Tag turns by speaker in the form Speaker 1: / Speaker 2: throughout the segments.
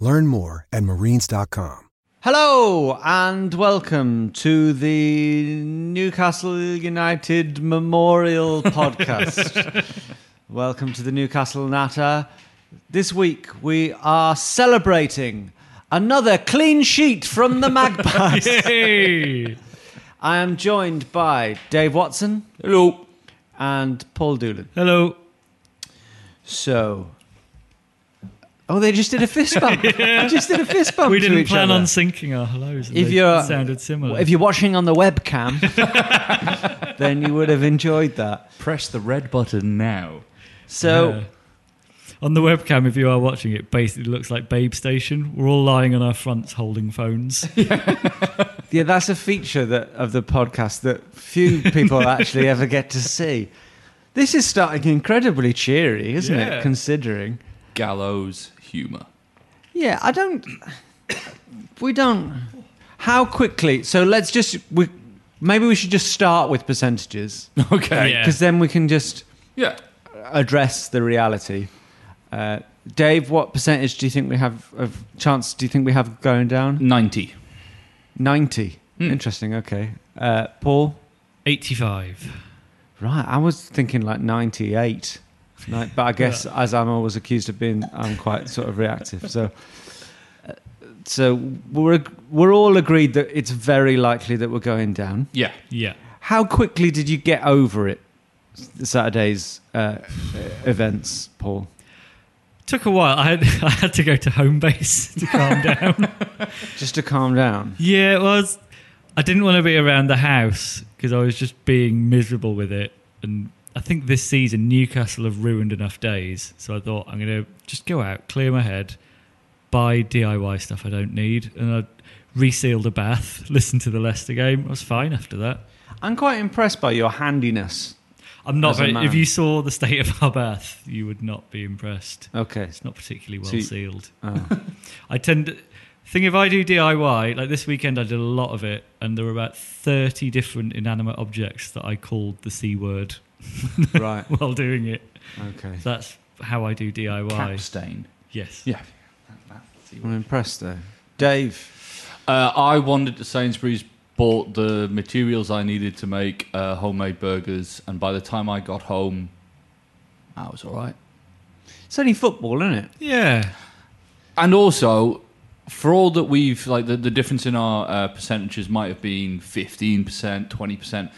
Speaker 1: Learn more at marines.com.
Speaker 2: Hello and welcome to the Newcastle United Memorial Podcast. welcome to the Newcastle Natter. This week we are celebrating another clean sheet from the Magpies. I am joined by Dave Watson. Hello. And Paul Doolin.
Speaker 3: Hello.
Speaker 2: So. Oh, they just did a fist bump. They just did a fist bump.
Speaker 3: We
Speaker 2: to
Speaker 3: didn't
Speaker 2: each
Speaker 3: plan
Speaker 2: other.
Speaker 3: on syncing our hellos. And
Speaker 2: If
Speaker 3: they
Speaker 2: you're-
Speaker 3: sounded similar.
Speaker 2: If you're watching on the webcam, then you would have enjoyed that.
Speaker 4: Press the red button now.
Speaker 2: So
Speaker 3: Yeah. on the webcam, if you are watching it, basically looks like Babe Station. We're all lying on our fronts holding phones.
Speaker 2: yeah, that's a feature that of the podcast that few people actually ever get to see. This is starting incredibly cheery, isn't
Speaker 3: Yeah.
Speaker 2: it? Considering,
Speaker 4: Gallows humor.
Speaker 2: yeah, I don't. We don't. How quickly? So let's just. We, maybe we should just start with percentages
Speaker 4: Okay.
Speaker 3: Yeah.
Speaker 2: because then we can just
Speaker 4: Yeah.
Speaker 2: address the reality. Uh, Dave, what percentage do you think we have of chance? Do you think we have of going down?
Speaker 4: 90.
Speaker 2: 90. Interesting. Okay. Uh, Paul?
Speaker 3: 85.
Speaker 2: Right. I was thinking like 98. Like, but I guess as I'm always accused of being, I'm quite sort of reactive. So, uh, so we're, ag- we're all agreed that it's very likely that we're going down.
Speaker 4: Yeah.
Speaker 3: Yeah.
Speaker 2: How quickly did you get over it, Saturday's uh, events, Paul?
Speaker 3: Took a while. I had, I had to go to home base to calm down.
Speaker 2: Just to calm down.
Speaker 3: Yeah, it was. I didn't want to be around the house because I was just being miserable with it. And I think this season Newcastle have ruined enough days, so I thought I'm going to just go out, clear my head, buy DIY stuff I don't need, and I resealed a bath, listened to the Leicester game. I was fine after that.
Speaker 2: I'm quite impressed by your handiness.
Speaker 3: I'm not
Speaker 2: As a
Speaker 3: very.
Speaker 2: man.
Speaker 3: If you saw the state of our bath, you would not be impressed.
Speaker 2: Okay.
Speaker 3: It's not particularly well
Speaker 2: So you- Ah.
Speaker 3: sealed. I tend to think if I do DIY, like this weekend I did a lot of it, and there were about 30 different inanimate objects that I called the C word
Speaker 2: Right.
Speaker 3: while doing it.
Speaker 2: Okay.
Speaker 3: So that's how I do DIY.
Speaker 4: Cap stain.
Speaker 3: Yes.
Speaker 4: Yeah.
Speaker 2: I'm impressed though. Dave.
Speaker 4: Uh, I wandered to Sainsbury's, bought the materials I needed to make uh, homemade burgers, and by the time I got home, I was all right.
Speaker 2: It's only football, isn't it?
Speaker 3: Yeah.
Speaker 4: And also, for all that we've like the, the difference in our uh, percentages might have been fifteen percent, twenty percent.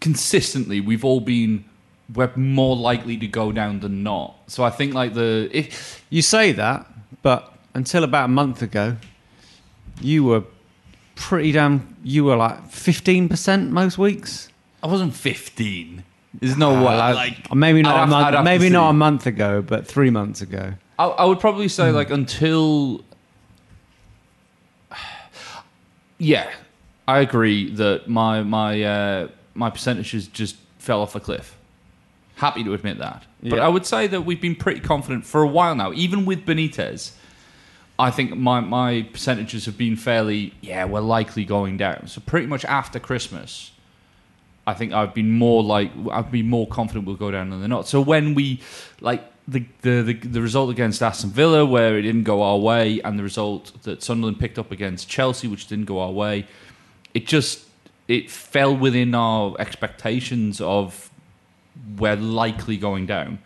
Speaker 4: Consistently, we've all been we're more likely to go down than not. So I think like the if
Speaker 2: You say that, but until about a month ago, you were pretty damn you were like fifteen percent most weeks.
Speaker 4: I wasn't fifteen, there's no way.
Speaker 2: Well, I-
Speaker 4: like
Speaker 2: maybe not
Speaker 4: I'd
Speaker 2: a
Speaker 4: have- I'd
Speaker 2: month
Speaker 4: have to
Speaker 2: maybe
Speaker 4: see.
Speaker 2: not a month ago, but three months ago.
Speaker 4: I, I would probably
Speaker 2: Hmm.
Speaker 4: say like until. Yeah, I agree that my my uh, my percentages just fell off a cliff. Happy to admit that, but
Speaker 2: Yeah.
Speaker 4: I would say that we've been pretty confident for a while now, even with Benitez. I think my, my percentages have been fairly, yeah, we're likely going down. So pretty much after Christmas, I think I've been more like I've been more confident we'll go down than they're not. So when we like the the, the the result against Aston Villa where it didn't go our way, and the result that Sunderland picked up against Chelsea, which didn't go our way, it just it fell within our expectations of we're likely going down.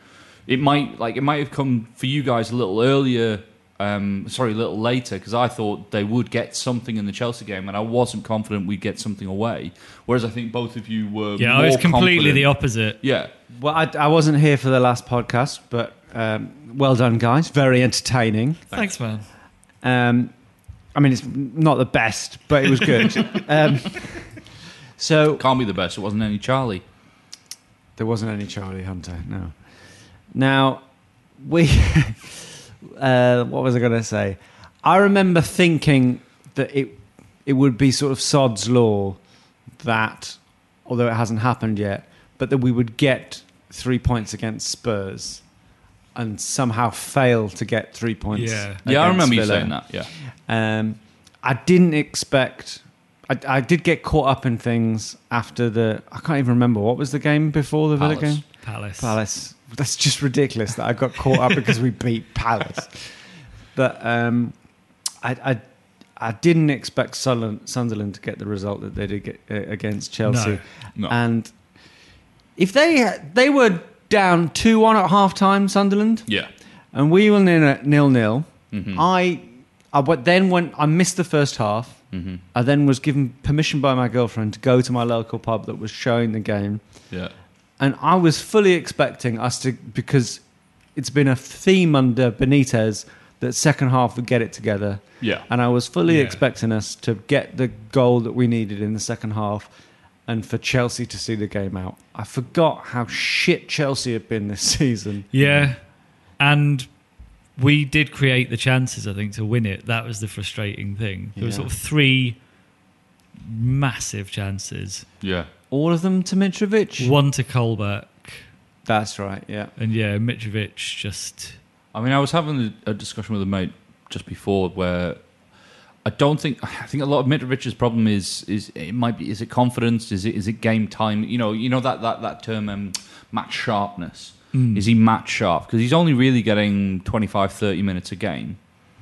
Speaker 4: It might like it might have come for you guys a little earlier, um, sorry, a little later because I thought they would get something in the Chelsea game, and I wasn't confident we'd get something away. Whereas I think both of you were.
Speaker 3: Yeah, I was
Speaker 4: more
Speaker 3: completely the
Speaker 4: confident.
Speaker 3: opposite.
Speaker 4: Yeah,
Speaker 2: Well, I, I wasn't here for the last podcast, but um, well done, guys. Very entertaining.
Speaker 3: Thanks, man.
Speaker 2: Um, I mean, it's not the best, but it was good. um, so
Speaker 4: can't be the best. It wasn't any Charlie.
Speaker 2: There wasn't any Charlie Hunter, no. Now, we. uh, what was I going to say? I remember thinking that it, it would be sort of sod's law that, although it hasn't happened yet, but that we would get three points against Spurs and somehow fail to get three points.
Speaker 3: Yeah.
Speaker 4: Yeah, I
Speaker 2: against
Speaker 4: remember you
Speaker 2: Villa.
Speaker 4: saying that. Yeah,
Speaker 2: Um, I didn't expect. I, I did get caught up in things after the. I can't even remember what was the game before the Villa
Speaker 4: Palace.
Speaker 2: game.
Speaker 3: Palace.
Speaker 2: Palace. That's just ridiculous that I got caught up because we beat Palace. But um, I, I, I didn't expect Sunderland, Sunderland to get the result that they did get, uh, against Chelsea.
Speaker 4: No.
Speaker 2: And if they they were down two one at half time, Sunderland,
Speaker 4: yeah.
Speaker 2: and we were nil nil. nil.
Speaker 3: Mm-hmm.
Speaker 2: I I went, then went. I missed the first half.
Speaker 3: Mm-hmm.
Speaker 2: I then was given permission by my girlfriend to go to my local pub that was showing the game
Speaker 4: Yeah.
Speaker 2: and I was fully expecting us to because it's been a theme under Benitez that second half would get it together.
Speaker 4: Yeah.
Speaker 2: And I was fully
Speaker 3: Yeah.
Speaker 2: expecting us to get the goal that we needed in the second half and for Chelsea to see the game out. I forgot how shit Chelsea had been this season.
Speaker 3: Yeah. And we did create the chances, I think, to win it. That was the frustrating thing. There were
Speaker 2: Yeah.
Speaker 3: sort of three massive chances.
Speaker 4: Yeah.
Speaker 2: All of them to Mitrovic?
Speaker 3: One to Colback.
Speaker 2: That's right, yeah.
Speaker 3: And yeah, Mitrovic just.
Speaker 4: I mean, I was having a a discussion with a mate just before where I don't think I think a lot of Mitrovic's problem is is it might be is it confidence is it is it game time you know you know that that that term um, match sharpness is he match sharp because he's only really getting 25 30 minutes a game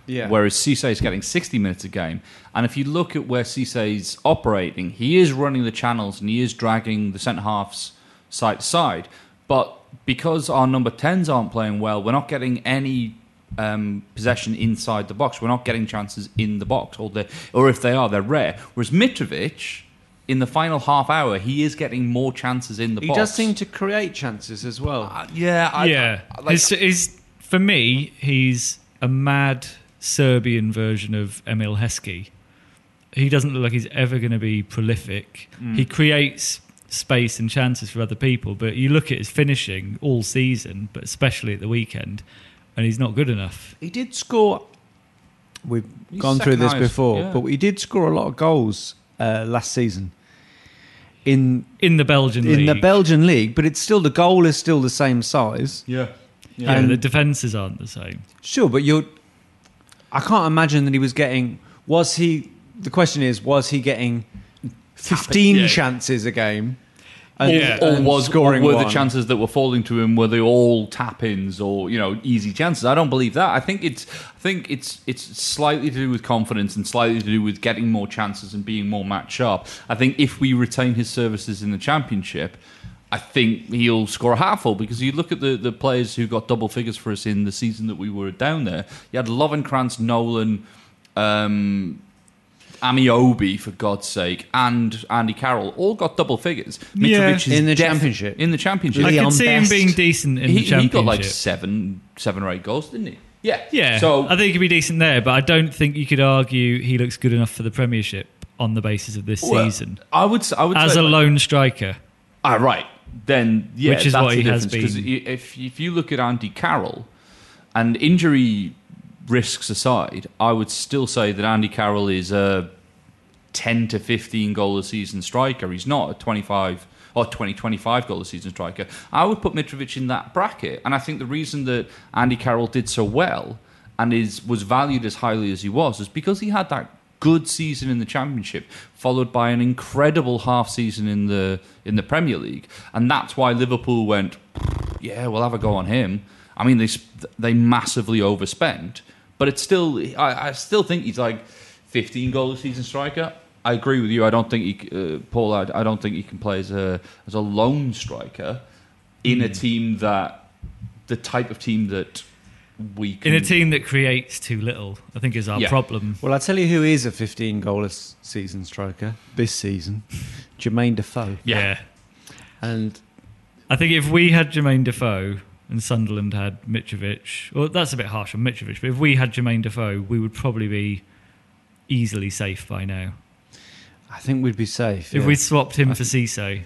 Speaker 2: Yeah.
Speaker 4: whereas Cisse is getting 60 minutes a game. And if you look at where Cisse's operating, he is running the channels and he is dragging the centre halves side to side. But because our number 10s aren't playing well, we're not getting any um, possession inside the box. We're not getting chances in the box, or, they- or if they are, they're rare. Whereas Mitrovic, in the final half hour, he is getting more chances in the
Speaker 2: he
Speaker 4: box.
Speaker 2: does seem to create chances as well.
Speaker 4: Uh, yeah, I,
Speaker 3: yeah.
Speaker 4: I- like-
Speaker 3: His- his- for me, he's a mad Serbian version of Emil Heskey. He doesn't look like he's ever going to be prolific.
Speaker 4: Mm.
Speaker 3: He creates space and chances for other people, but you look at his finishing all season, but especially at the weekend, and he's not good enough.
Speaker 2: He did score. We've
Speaker 4: He's
Speaker 2: gone through this
Speaker 4: second highest,
Speaker 2: before,
Speaker 4: yeah.
Speaker 2: but he did score a lot of goals uh, last season in
Speaker 3: In the Belgian
Speaker 2: in
Speaker 3: league,
Speaker 2: the Belgian league. But it's still the goal is still the same size.
Speaker 4: yeah.
Speaker 3: yeah,
Speaker 2: and-
Speaker 3: the defenses aren't the same.
Speaker 2: Sure, but you're. I can't imagine that he was getting. Was he? The question is, was he getting fifteen
Speaker 4: Yeah.
Speaker 2: chances a game?
Speaker 4: Or,
Speaker 2: and-
Speaker 3: Yeah.
Speaker 4: or
Speaker 2: and
Speaker 4: was or were the
Speaker 2: one?
Speaker 4: chances that were falling to him were they all tap ins or you know easy chances? I don't believe that. I think it's I think it's it's slightly to do with confidence and slightly to do with getting more chances and being more match sharp. I think if we retain his services in the championship, I think he'll score a hatful because you look at the, the players who got double figures for us in the season that we were down there. You had Lovenkrantz, Nolan, um, Amiobi, for God's sake, and Andy Carroll all got double figures.
Speaker 3: Yeah.
Speaker 4: Mitrovic is
Speaker 2: In the
Speaker 4: def-
Speaker 2: championship.
Speaker 4: In the championship,
Speaker 3: I
Speaker 2: Leon
Speaker 3: could see him
Speaker 2: Best.
Speaker 3: being decent in
Speaker 4: he,
Speaker 3: the championship.
Speaker 4: he got like seven, seven or eight goals, didn't he? Yeah,
Speaker 3: Yeah,
Speaker 4: So
Speaker 3: I think he could be decent there, but I don't think you could argue he looks good enough for the Premiership on the basis of this
Speaker 4: well,
Speaker 3: season
Speaker 4: I would, s- I would
Speaker 3: as
Speaker 4: say,
Speaker 3: a lone striker.
Speaker 4: Ah, right. Then yeah,
Speaker 3: Which is
Speaker 4: that's
Speaker 3: what
Speaker 4: the
Speaker 3: he has
Speaker 4: difference. Because
Speaker 3: been.
Speaker 4: if if you look at Andy Carroll, and injury risks aside, I would still say that Andy Carroll is a ten to fifteen goal a season striker. He's not a twenty five. Or 20, 25 goal a season striker. I would put Mitrovic in that bracket. And I think the reason that Andy Carroll did so well and is was valued as highly as he was is because he had that good season in the championship followed by an incredible half season in the in the Premier League and that's why Liverpool went yeah we'll have a go on him I mean they sp- they massively overspent but it's still I, I still think he's like 15 goal a season striker I agree with you I don't think he uh, Paul I, I don't think he can play as a as a lone striker in a
Speaker 3: Hmm.
Speaker 4: team that the type of team that we can
Speaker 3: in a team that creates too little, I think is our
Speaker 4: Yeah.
Speaker 3: problem.
Speaker 2: Well, I'll tell you who is a 15 goal a s- season striker this season Jermaine Defoe.
Speaker 3: Yeah.
Speaker 2: And
Speaker 3: I think if we had Jermaine Defoe and Sunderland had Mitrovic, well, that's a bit harsh on Mitrovic, but if we had Jermaine Defoe, we would probably be easily safe by now.
Speaker 2: I think we'd be safe.
Speaker 3: If
Speaker 2: yeah.
Speaker 3: we swapped him for Cisse,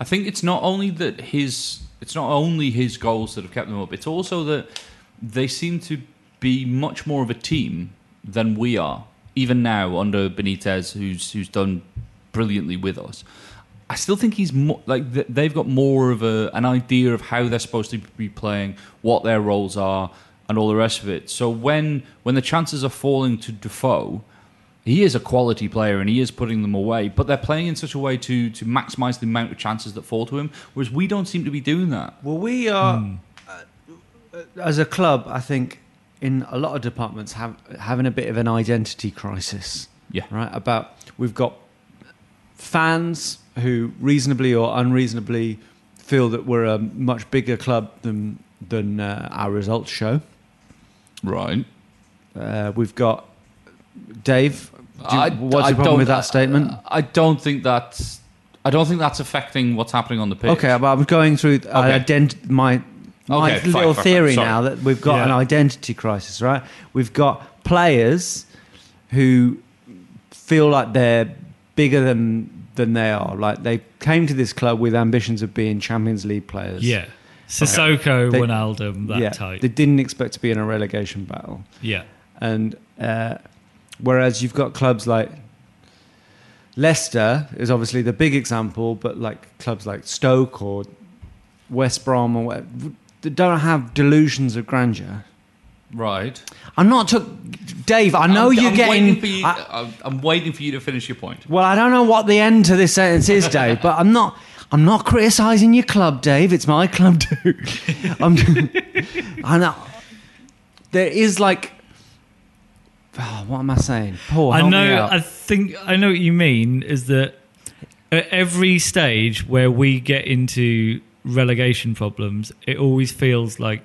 Speaker 4: I think it's not only that his it's not only his goals that have kept them up. It's also that they seem to be much more of a team than we are. Even now under Benitez, who's who's done brilliantly with us. I still think he's mo like th- they've got more of a an idea of how they're supposed to be playing, what their roles are, and all the rest of it. So when when the chances are falling to Defoe, he is a quality player and he is putting them away, but they're playing in such a way to to maximize the amount of chances that fall to him, whereas we don't seem to be doing that.
Speaker 2: Well, we are,
Speaker 3: Hmm.
Speaker 2: uh, as a club, I think, in a lot of departments, have, having a bit of an identity crisis.
Speaker 4: Yeah.
Speaker 2: Right? About we've got fans who reasonably or unreasonably feel that we're a much bigger club than, than uh, our results show.
Speaker 4: Right.
Speaker 2: Uh, we've got Dave. Do you-
Speaker 4: I-
Speaker 2: what's
Speaker 4: I
Speaker 2: your problem
Speaker 4: don't- uh,
Speaker 2: with that statement?
Speaker 4: I don't think that's I don't think that's affecting what's happening on the pitch.
Speaker 2: Okay, but I'm going through okay. ident- my my
Speaker 4: Okay, fine,
Speaker 2: little
Speaker 4: fine, fine.
Speaker 2: theory
Speaker 4: Sorry.
Speaker 2: now that we've got
Speaker 3: Yeah.
Speaker 2: an identity crisis, right? We've got players who feel like they're bigger than than they are. Like they came to this club with ambitions of being Champions League players.
Speaker 3: yeah. Sissoko,
Speaker 2: They-
Speaker 3: Wijnaldum, that
Speaker 2: yeah.
Speaker 3: type.
Speaker 2: They didn't expect to be in a relegation battle.
Speaker 3: yeah.
Speaker 2: And uh, whereas you've got clubs like Leicester is obviously the big example, but like clubs like Stoke or West Brom or whatever, they don't have delusions of grandeur.
Speaker 4: Right.
Speaker 2: I'm not took Dave. I know
Speaker 4: I'm-
Speaker 2: you're
Speaker 4: I'm
Speaker 2: getting.
Speaker 4: waiting for you,
Speaker 2: I-
Speaker 4: I'm- I'm waiting for you to finish your point.
Speaker 2: well, I don't know what the end to this sentence is, Dave, but I'm not. I'm not criticizing your club, Dave. It's my club too. I'm. I know. There is like. oh, what am I saying? Paul,
Speaker 3: I
Speaker 2: help me
Speaker 3: know.
Speaker 2: out.
Speaker 3: I think I know what you mean. Is that at every stage where we get into relegation problems, it always feels like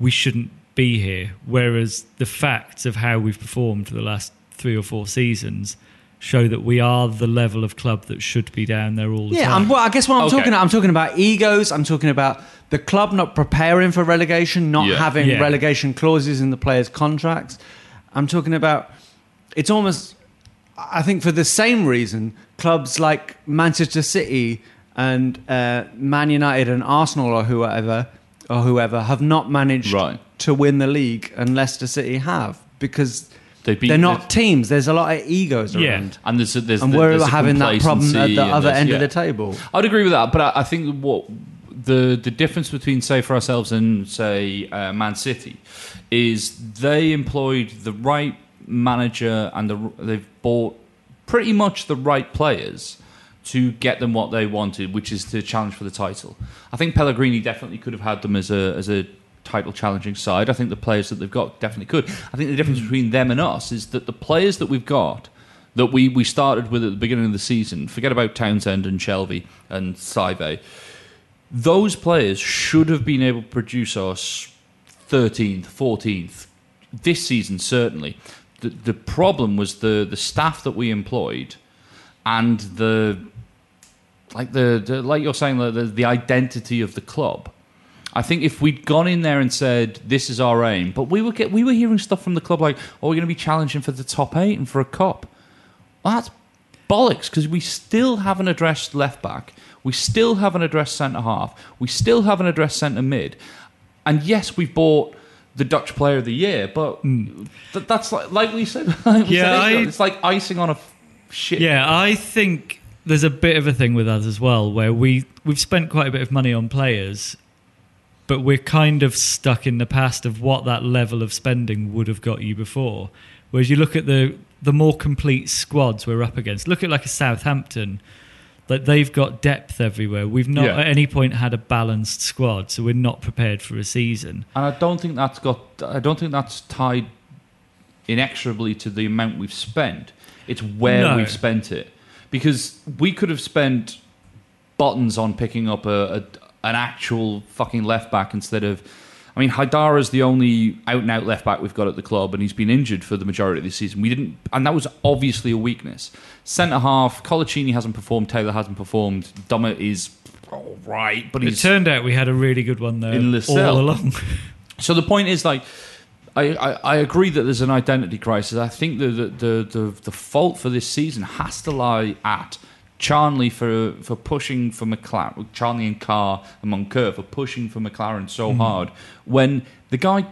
Speaker 3: we shouldn't be here. Whereas the facts of how we've performed for the last three or four seasons show that we are the level of club that should be down there all the
Speaker 2: Yeah,
Speaker 3: time.
Speaker 2: I'm, well, I guess what I'm
Speaker 4: Okay.
Speaker 2: talking about, I'm talking about egos. I'm talking about the club not preparing for relegation, not
Speaker 4: Yeah.
Speaker 2: having
Speaker 3: Yeah.
Speaker 2: relegation clauses in the players' contracts. I'm talking about it's almost, I think, for the same reason, clubs like Manchester City and uh, Man United and Arsenal or whoever or whoever have not managed
Speaker 4: Right.
Speaker 2: to win the league, and Leicester City have because
Speaker 4: They beat
Speaker 2: are not
Speaker 4: the-
Speaker 2: teams. There's a lot of egos
Speaker 3: Yeah.
Speaker 2: around.
Speaker 4: And there's, there's
Speaker 2: And
Speaker 4: the-
Speaker 2: we're
Speaker 4: there's the
Speaker 2: having that problem at
Speaker 4: complacency
Speaker 2: the
Speaker 4: and
Speaker 2: other
Speaker 4: there's-
Speaker 2: end of
Speaker 4: yeah.
Speaker 2: the table.
Speaker 4: I'd agree with that, but I, I think what the the difference between say for ourselves and say uh, Man City is they employed the right manager and the, they've bought pretty much the right players to get them what they wanted, which is to challenge for the title. I think Pellegrini definitely could have had them as a as a title challenging side. I think the players that they've got definitely could. I think the difference between them and us is that the players that we've got that we, we started with at the beginning of the season, forget about Townsend and Shelby and Saive, those players should have been able to produce us 13th, 14th, this season certainly. The, the problem was the, the staff that we employed and the like the, the like you're saying the, the the identity of the club. I think if we'd gone in there and said this is our aim, but we were get, we were hearing stuff from the club like, "Oh, we're going to be challenging for the top eight and for a cup." Well, that's bollocks because we still haven't addressed left back, we still haven't addressed centre half, we still haven't addressed centre mid, and yes, we've bought the Dutch Player of the Year, but th- that's like like we said, like we
Speaker 3: Hmm. Yeah,
Speaker 4: said,
Speaker 3: I-
Speaker 4: it's like icing on a f- shit.
Speaker 3: Yeah, I think there's a bit of a thing with us as well, where we we've spent quite a bit of money on players, but we're kind of stuck in the past of what that level of spending would have got you before. Whereas you look at the the more complete squads we're up against. Look at like a Southampton. Like they've got depth everywhere. We've not
Speaker 4: Yeah.
Speaker 3: at any point had a balanced squad, so we're not prepared for a season.
Speaker 4: And I don't think that's got. I don't think that's tied inexorably to the amount we've spent. It's where
Speaker 3: No.
Speaker 4: we've spent it, because we could have spent buttons on picking up a, a an actual fucking left back instead of. I mean, Haidara's the only out and out left back we've got at the club, and he's been injured for the majority of the season. We didn't, and that was obviously a weakness. Centre half, Colaccini hasn't performed, Taylor hasn't performed, Dummer is all right, but
Speaker 3: It
Speaker 4: he's
Speaker 3: turned out we had a really good one though
Speaker 4: In Lascelles.
Speaker 3: all along.
Speaker 4: So the point is, like, I, I, I agree that there's an identity crisis. I think the the, the, the the fault for this season has to lie at Charnley for for pushing for McLaren, Charnley and Carr and Moncur for pushing for McLaren so hard when the guy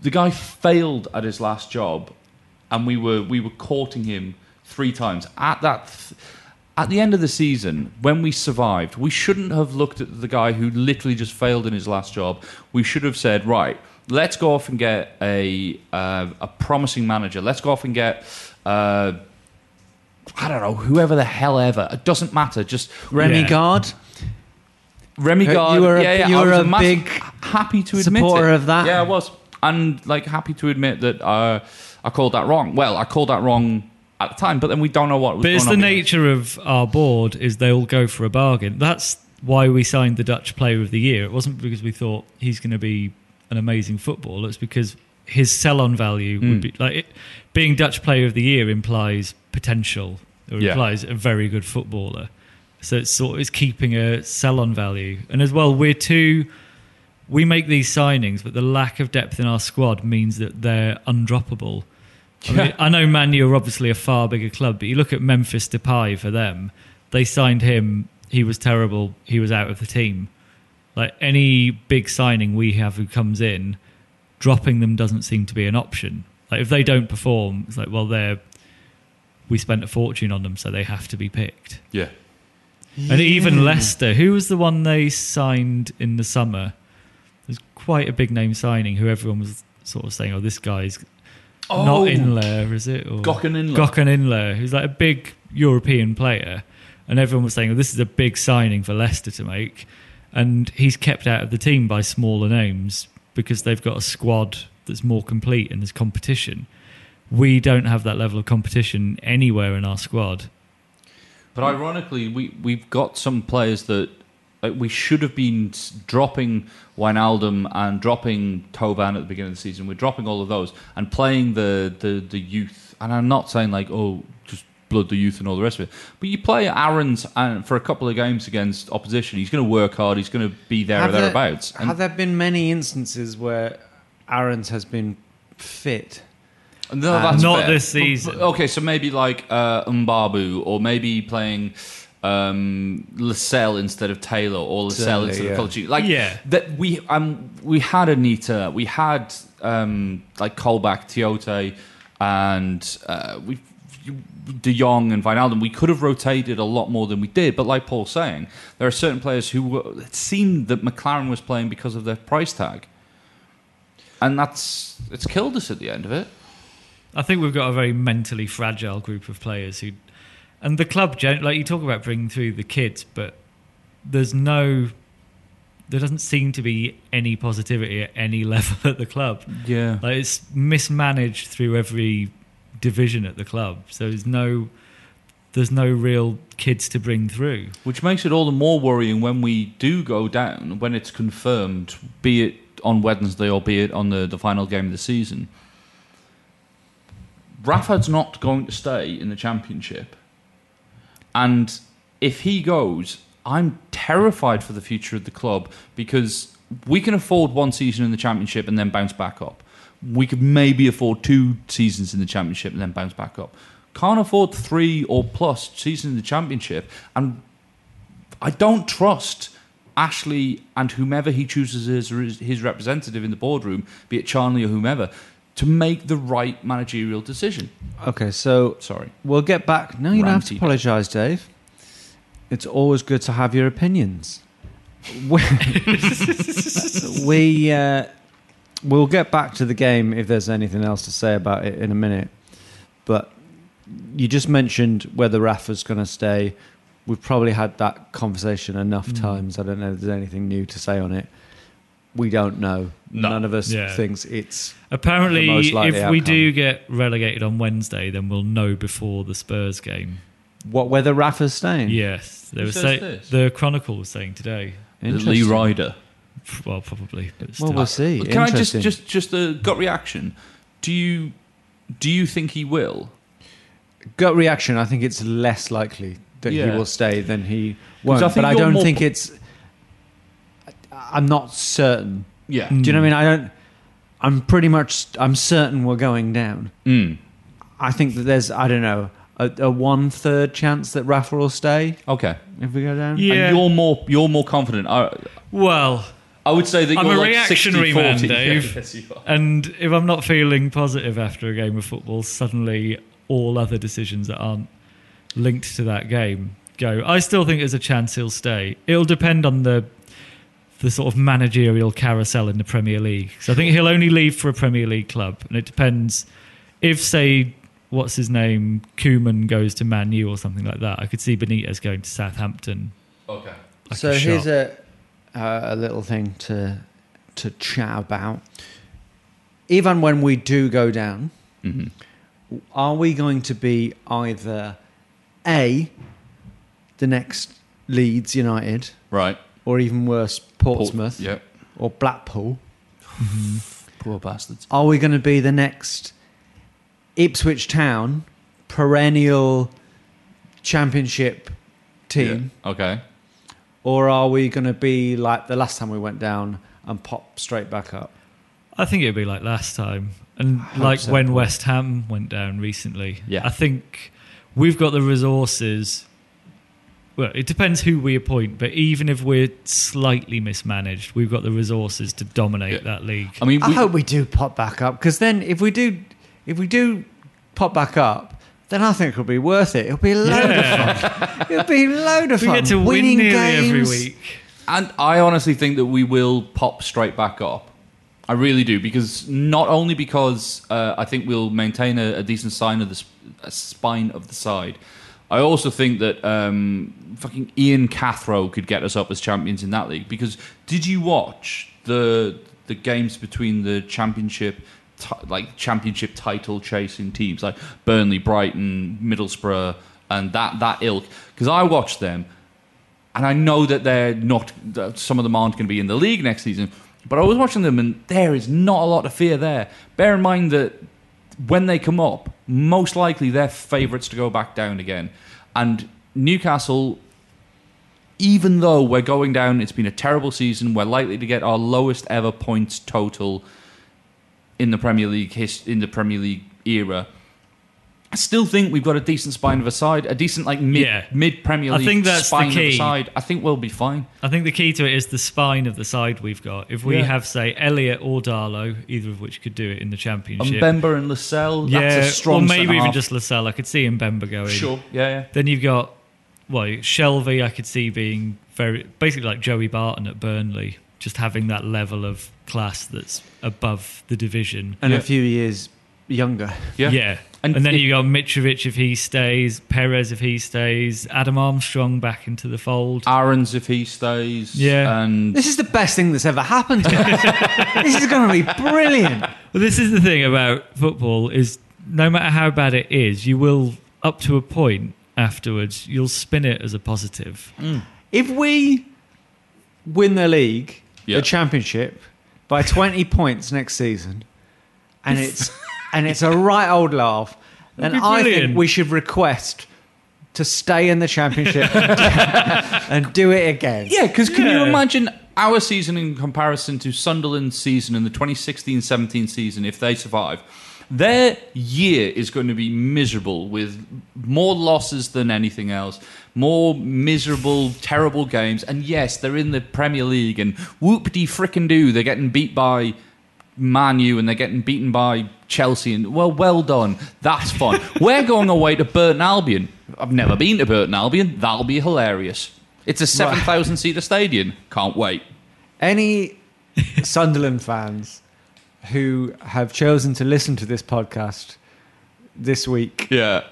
Speaker 4: the guy failed at his last job, and we were we were courting him three times at that. Th- at the end of the season, when we survived, we shouldn't have looked at the guy who literally just failed in his last job. We should have said, right, let's go off and get a uh, a promising manager. Let's go off and get. Uh, I don't know, whoever the hell ever. It doesn't matter. Just
Speaker 2: Remy
Speaker 3: Yeah.
Speaker 2: Gard,
Speaker 4: Remy
Speaker 2: You
Speaker 4: Gard.
Speaker 2: were a-
Speaker 4: yeah, yeah,
Speaker 2: you
Speaker 4: I
Speaker 2: were
Speaker 4: was
Speaker 2: a
Speaker 4: mass-
Speaker 2: big
Speaker 4: happy to admit
Speaker 2: supporter
Speaker 4: it.
Speaker 2: of that.
Speaker 4: Yeah, I was, and like happy to admit that uh, I called that wrong. Well, I called that wrong at the time, but then we don't know what was
Speaker 3: But it's the
Speaker 4: going on.
Speaker 3: nature of our board is they'll go for a bargain. That's why we signed the Dutch Player of the Year. It wasn't because we thought he's going to be an amazing footballer. It's because his sell-on value
Speaker 4: Hmm.
Speaker 3: would be like it, being Dutch Player of the Year implies potential or
Speaker 4: Yeah.
Speaker 3: implies a very good footballer. So it's sort of it's keeping a sell-on value, and as well we're too. We make these signings, but the lack of depth in our squad means that they're undroppable. I, mean, I know Man U are obviously a far bigger club, but you look at Memphis Depay for them. They signed him. He was terrible. He was out of the team. Like any big signing we have who comes in, dropping them doesn't seem to be an option. Like if they don't perform, it's like well they're we spent a fortune on them, so they have to be picked.
Speaker 4: Yeah,
Speaker 3: And even Leicester, who was the one they signed in the summer? It was quite a big name signing who everyone was sort of saying, "Oh, this guy's
Speaker 4: Oh.
Speaker 3: not Inler, is it?" Or
Speaker 4: Gokhan Inler.
Speaker 3: Gokhan Inler, who's like a big European player, and everyone was saying, "Oh, this is a big signing for Leicester to make," and he's kept out of the team by smaller names because they've got a squad that's more complete and there's competition. We don't have that level of competition anywhere in our squad.
Speaker 4: But
Speaker 2: Hmm.
Speaker 4: ironically, we we've got some players that like, we should have been s- dropping Wijnaldum and dropping Tovan at the beginning of the season. We're dropping all of those and playing the the, the youth. And I'm not saying like oh just blood the youth and all the rest of it. But you play Aaron's and for a couple of games against opposition, he's going to work hard. He's going to be there or
Speaker 2: Have there-
Speaker 4: thereabouts. And,
Speaker 2: have there been many instances where Aaron's has been fit?
Speaker 4: no, that's
Speaker 3: Uh, Not
Speaker 4: fair.
Speaker 3: this
Speaker 4: But- but-
Speaker 3: season.
Speaker 4: okay, so maybe like uh, Mbabu or maybe playing. Um, Lascelle instead of Taylor, or Lascelle
Speaker 2: Certainly,
Speaker 4: instead
Speaker 2: yeah.
Speaker 4: of Colaccini. Like
Speaker 3: Yeah.
Speaker 4: that we um we had Anita, we had um like Colback, Tiote, and uh, we De Jong and Vinaldum. We could have rotated a lot more than we did, but like Paul's saying, there are certain players who were, it seemed that McLaren was playing because of their price tag, and that's it's killed us at the end of it.
Speaker 3: I think we've got a very mentally fragile group of players who, and the club, gen- like you talk about bringing through the kids, but there's no, there doesn't seem to be any positivity at any level at the club.
Speaker 4: Yeah,
Speaker 3: Like it's mismanaged through every division at the club. So there's no, there's no real kids to bring through.
Speaker 4: Which makes it all the more worrying when we do go down, when it's confirmed, be it on Wednesday or be it on the, the final game of the season. Rafa's not going to stay in the championship. And if he goes, I'm terrified for the future of the club because we can afford one season in the championship and then bounce back up. We could maybe afford two seasons in the championship and then bounce back up. Can't afford three or plus seasons in the championship. And I don't trust Ashley and whomever he chooses as his representative in the boardroom, be it Charnley or whomever, to make the right managerial decision.
Speaker 2: Okay, so
Speaker 4: Sorry.
Speaker 2: we'll get back. No, you don't have to
Speaker 4: Ranty.
Speaker 2: apologise, Dave. It's always good to have your opinions. we, we uh, we'll get back to the game if there's anything else to say about it in a minute. But you just mentioned whether Rafa's going to stay. We've probably had that conversation enough
Speaker 4: Mm.
Speaker 2: times. I don't know if there's anything new to say on it. We don't know.
Speaker 5: No.
Speaker 2: None of us
Speaker 3: Yeah.
Speaker 2: thinks it's
Speaker 3: Apparently,
Speaker 2: The most
Speaker 3: if we
Speaker 2: likely
Speaker 3: do get relegated on Wednesday, then we'll know before the Spurs game.
Speaker 2: what whether Rafa's staying.
Speaker 3: Yes, they
Speaker 4: Who
Speaker 3: were
Speaker 4: says
Speaker 3: say-
Speaker 4: this?
Speaker 3: the Chronicle was saying today.
Speaker 4: Lee
Speaker 2: Interesting.
Speaker 4: Ryder.
Speaker 3: P- Well, probably. But
Speaker 2: Well,
Speaker 3: still.
Speaker 2: we'll see.
Speaker 4: Can I just
Speaker 2: Interesting.
Speaker 4: just just a gut reaction? Do you do you think he will?
Speaker 2: gut reaction, I think it's less likely that
Speaker 4: Yeah.
Speaker 2: he will stay than he won't.
Speaker 4: Because I think
Speaker 2: but I
Speaker 4: you're
Speaker 2: don't
Speaker 4: more
Speaker 2: think
Speaker 4: p-
Speaker 2: it's. I- I'm not certain.
Speaker 4: Yeah.
Speaker 2: Do you know what I mean? I don't. I'm pretty much. I'm certain we're going down.
Speaker 4: Mm.
Speaker 2: I think that there's. I don't know. A, a one third chance that Rafa will stay
Speaker 4: Okay.
Speaker 2: if we go down.
Speaker 3: Yeah.
Speaker 4: And you're more you're more confident. I,
Speaker 3: well,
Speaker 4: I would say that
Speaker 3: I'm
Speaker 4: you're
Speaker 3: a
Speaker 4: like
Speaker 3: reactionary man,
Speaker 4: 60-40.
Speaker 3: Dave.
Speaker 4: Yes, you are.
Speaker 3: and if I'm not feeling positive after a game of football, suddenly all other decisions that aren't linked to that game go. I still think there's a chance he'll stay. It'll depend on the the sort of managerial carousel in the Premier League. So I think he'll only leave for a Premier League club, and it depends if, say, what's his name, Kuman goes to Man U or something like that. I could see Benitez going to Southampton.
Speaker 4: Okay.
Speaker 3: Like
Speaker 2: so
Speaker 3: a
Speaker 2: here's
Speaker 3: shot.
Speaker 2: a uh, a little thing to to chat about. Even when we do go down,
Speaker 3: Mm-hmm.
Speaker 2: are we going to be either a the next Leeds United,
Speaker 4: Right.
Speaker 2: or even worse, Portsmouth
Speaker 4: Yep.
Speaker 2: or Blackpool?
Speaker 4: Poor bastards.
Speaker 2: Are we going to be the next Ipswich Town perennial championship team?
Speaker 4: Yeah. Okay.
Speaker 2: or are we going to be like the last time we went down and pop straight back up?
Speaker 3: I think it'd be like last time, and
Speaker 2: hope
Speaker 3: like
Speaker 2: so,
Speaker 3: when
Speaker 2: Paul.
Speaker 3: West Ham went down recently.
Speaker 4: Yeah.
Speaker 3: I think we've got the resources. Well, it depends who we appoint, but even if we're slightly mismanaged, we've got the resources to dominate
Speaker 4: Yeah.
Speaker 3: that league.
Speaker 4: I mean,
Speaker 2: I
Speaker 4: we,
Speaker 2: hope we do pop back up because then if we do, if we do pop back up, then I think it'll be worth it. It'll be a load of fun. It'll be a load of
Speaker 3: we
Speaker 2: fun.
Speaker 3: get to
Speaker 2: Winning
Speaker 3: win nearly
Speaker 2: games.
Speaker 3: every week.
Speaker 4: and I honestly think that we will pop straight back up. I really do because not only because uh, I think we'll maintain a, a decent sign of the sp- a spine of the side. I also think that um, fucking Ian Cathro could get us up as champions in that league. Because did you watch the the games between the championship, ti like championship title chasing teams like Burnley, Brighton, Middlesbrough, and that that ilk? Because I watched them, and I know that they're not. That some of them aren't going to be in the league next season. But I was watching them, and there is not a lot to fear there. Bear in mind that when they come up, most likely they're favourites to go back down again. And Newcastle, even though we're going down, it's been a terrible season. We're likely to get our lowest ever points total in the Premier League his, in the Premier League era. I still think we've got a decent spine of a side, a decent like mid
Speaker 3: Yeah.
Speaker 4: mid Premier
Speaker 3: I
Speaker 4: League
Speaker 3: think that's the
Speaker 4: spine of a
Speaker 3: key.
Speaker 4: side. I think we'll be fine.
Speaker 3: I think the key to it is the spine of the side we've got. If we
Speaker 4: Yeah.
Speaker 3: have, say, Elliot or Darlow, either of which could do it in the
Speaker 4: And
Speaker 3: championship.
Speaker 4: Bemba and Lascelles,
Speaker 3: yeah,
Speaker 4: that's a strong
Speaker 3: or maybe even
Speaker 4: centre-half.
Speaker 3: just Lascelles. I could see Mbemba going.
Speaker 4: sure, yeah, yeah.
Speaker 3: Then you've got well, Shelby. I could see being very basically like Joey Barton at Burnley, just having that level of class that's above the division.
Speaker 2: And
Speaker 4: Yeah.
Speaker 2: a few years younger.
Speaker 4: Yeah. And
Speaker 3: And, then
Speaker 4: it-
Speaker 3: you got Mitrovic if he stays, Perez if he stays, Adam Armstrong back into the fold.
Speaker 4: Aaron's if he stays,
Speaker 3: Yeah.
Speaker 4: and
Speaker 2: This is the best thing that's ever happened. to us. this is going to be brilliant.
Speaker 3: Well, this is the thing about football is no matter how bad it is, you will up to a point afterwards you'll spin it as a positive.
Speaker 2: If we win the league,
Speaker 4: Yeah.
Speaker 2: the championship, by 20 points next season, and it's and it's a right old laugh, then
Speaker 3: That'd be
Speaker 2: I think
Speaker 3: brilliant.
Speaker 2: we should request to stay in the championship and do it again.
Speaker 4: Yeah, because can you
Speaker 3: Yeah.
Speaker 4: imagine our season in comparison to Sunderland's season in the 2016-17 season if they survive? Their year is going to be miserable with more losses than anything else, more miserable, terrible games. And yes, they're in the Premier League and whoop de frickin' do, they're getting beat by Man U and they're getting beaten by Chelsea. And well, well done. That's fun. We're going away to Burton Albion. I've never been to Burton Albion. That'll be hilarious. It's a 7,000 seater stadium. Can't wait.
Speaker 2: Any Sunderland fans who have chosen to listen to this podcast this week
Speaker 4: Yeah.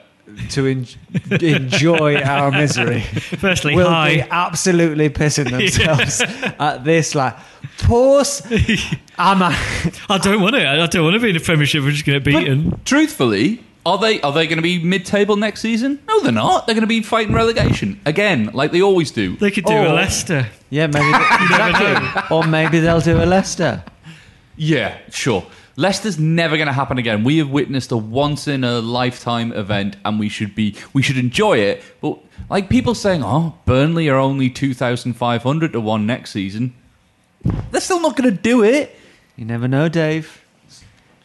Speaker 2: to en- enjoy our misery
Speaker 3: Firstly,
Speaker 2: will be
Speaker 3: hi.
Speaker 2: absolutely pissing themselves at this. Like, pause. Am I?
Speaker 3: I don't want it. I I don't want to be in a premiership. We're just going to get beaten.
Speaker 4: Truthfully, are they are they going to be mid-table next season? No, they're not. They're going to be fighting relegation again, like they always do.
Speaker 3: they could do
Speaker 2: Oh.
Speaker 3: a Leicester.
Speaker 2: Yeah, maybe. exactly. Or maybe they'll do a Leicester.
Speaker 4: Yeah, sure. Leicester's never going to happen again. We have witnessed a once in a lifetime event, and we should be we should enjoy it. But like people saying, "Oh, Burnley are only two thousand five hundred to one next season," they're still not going to do it.
Speaker 2: You never know, Dave.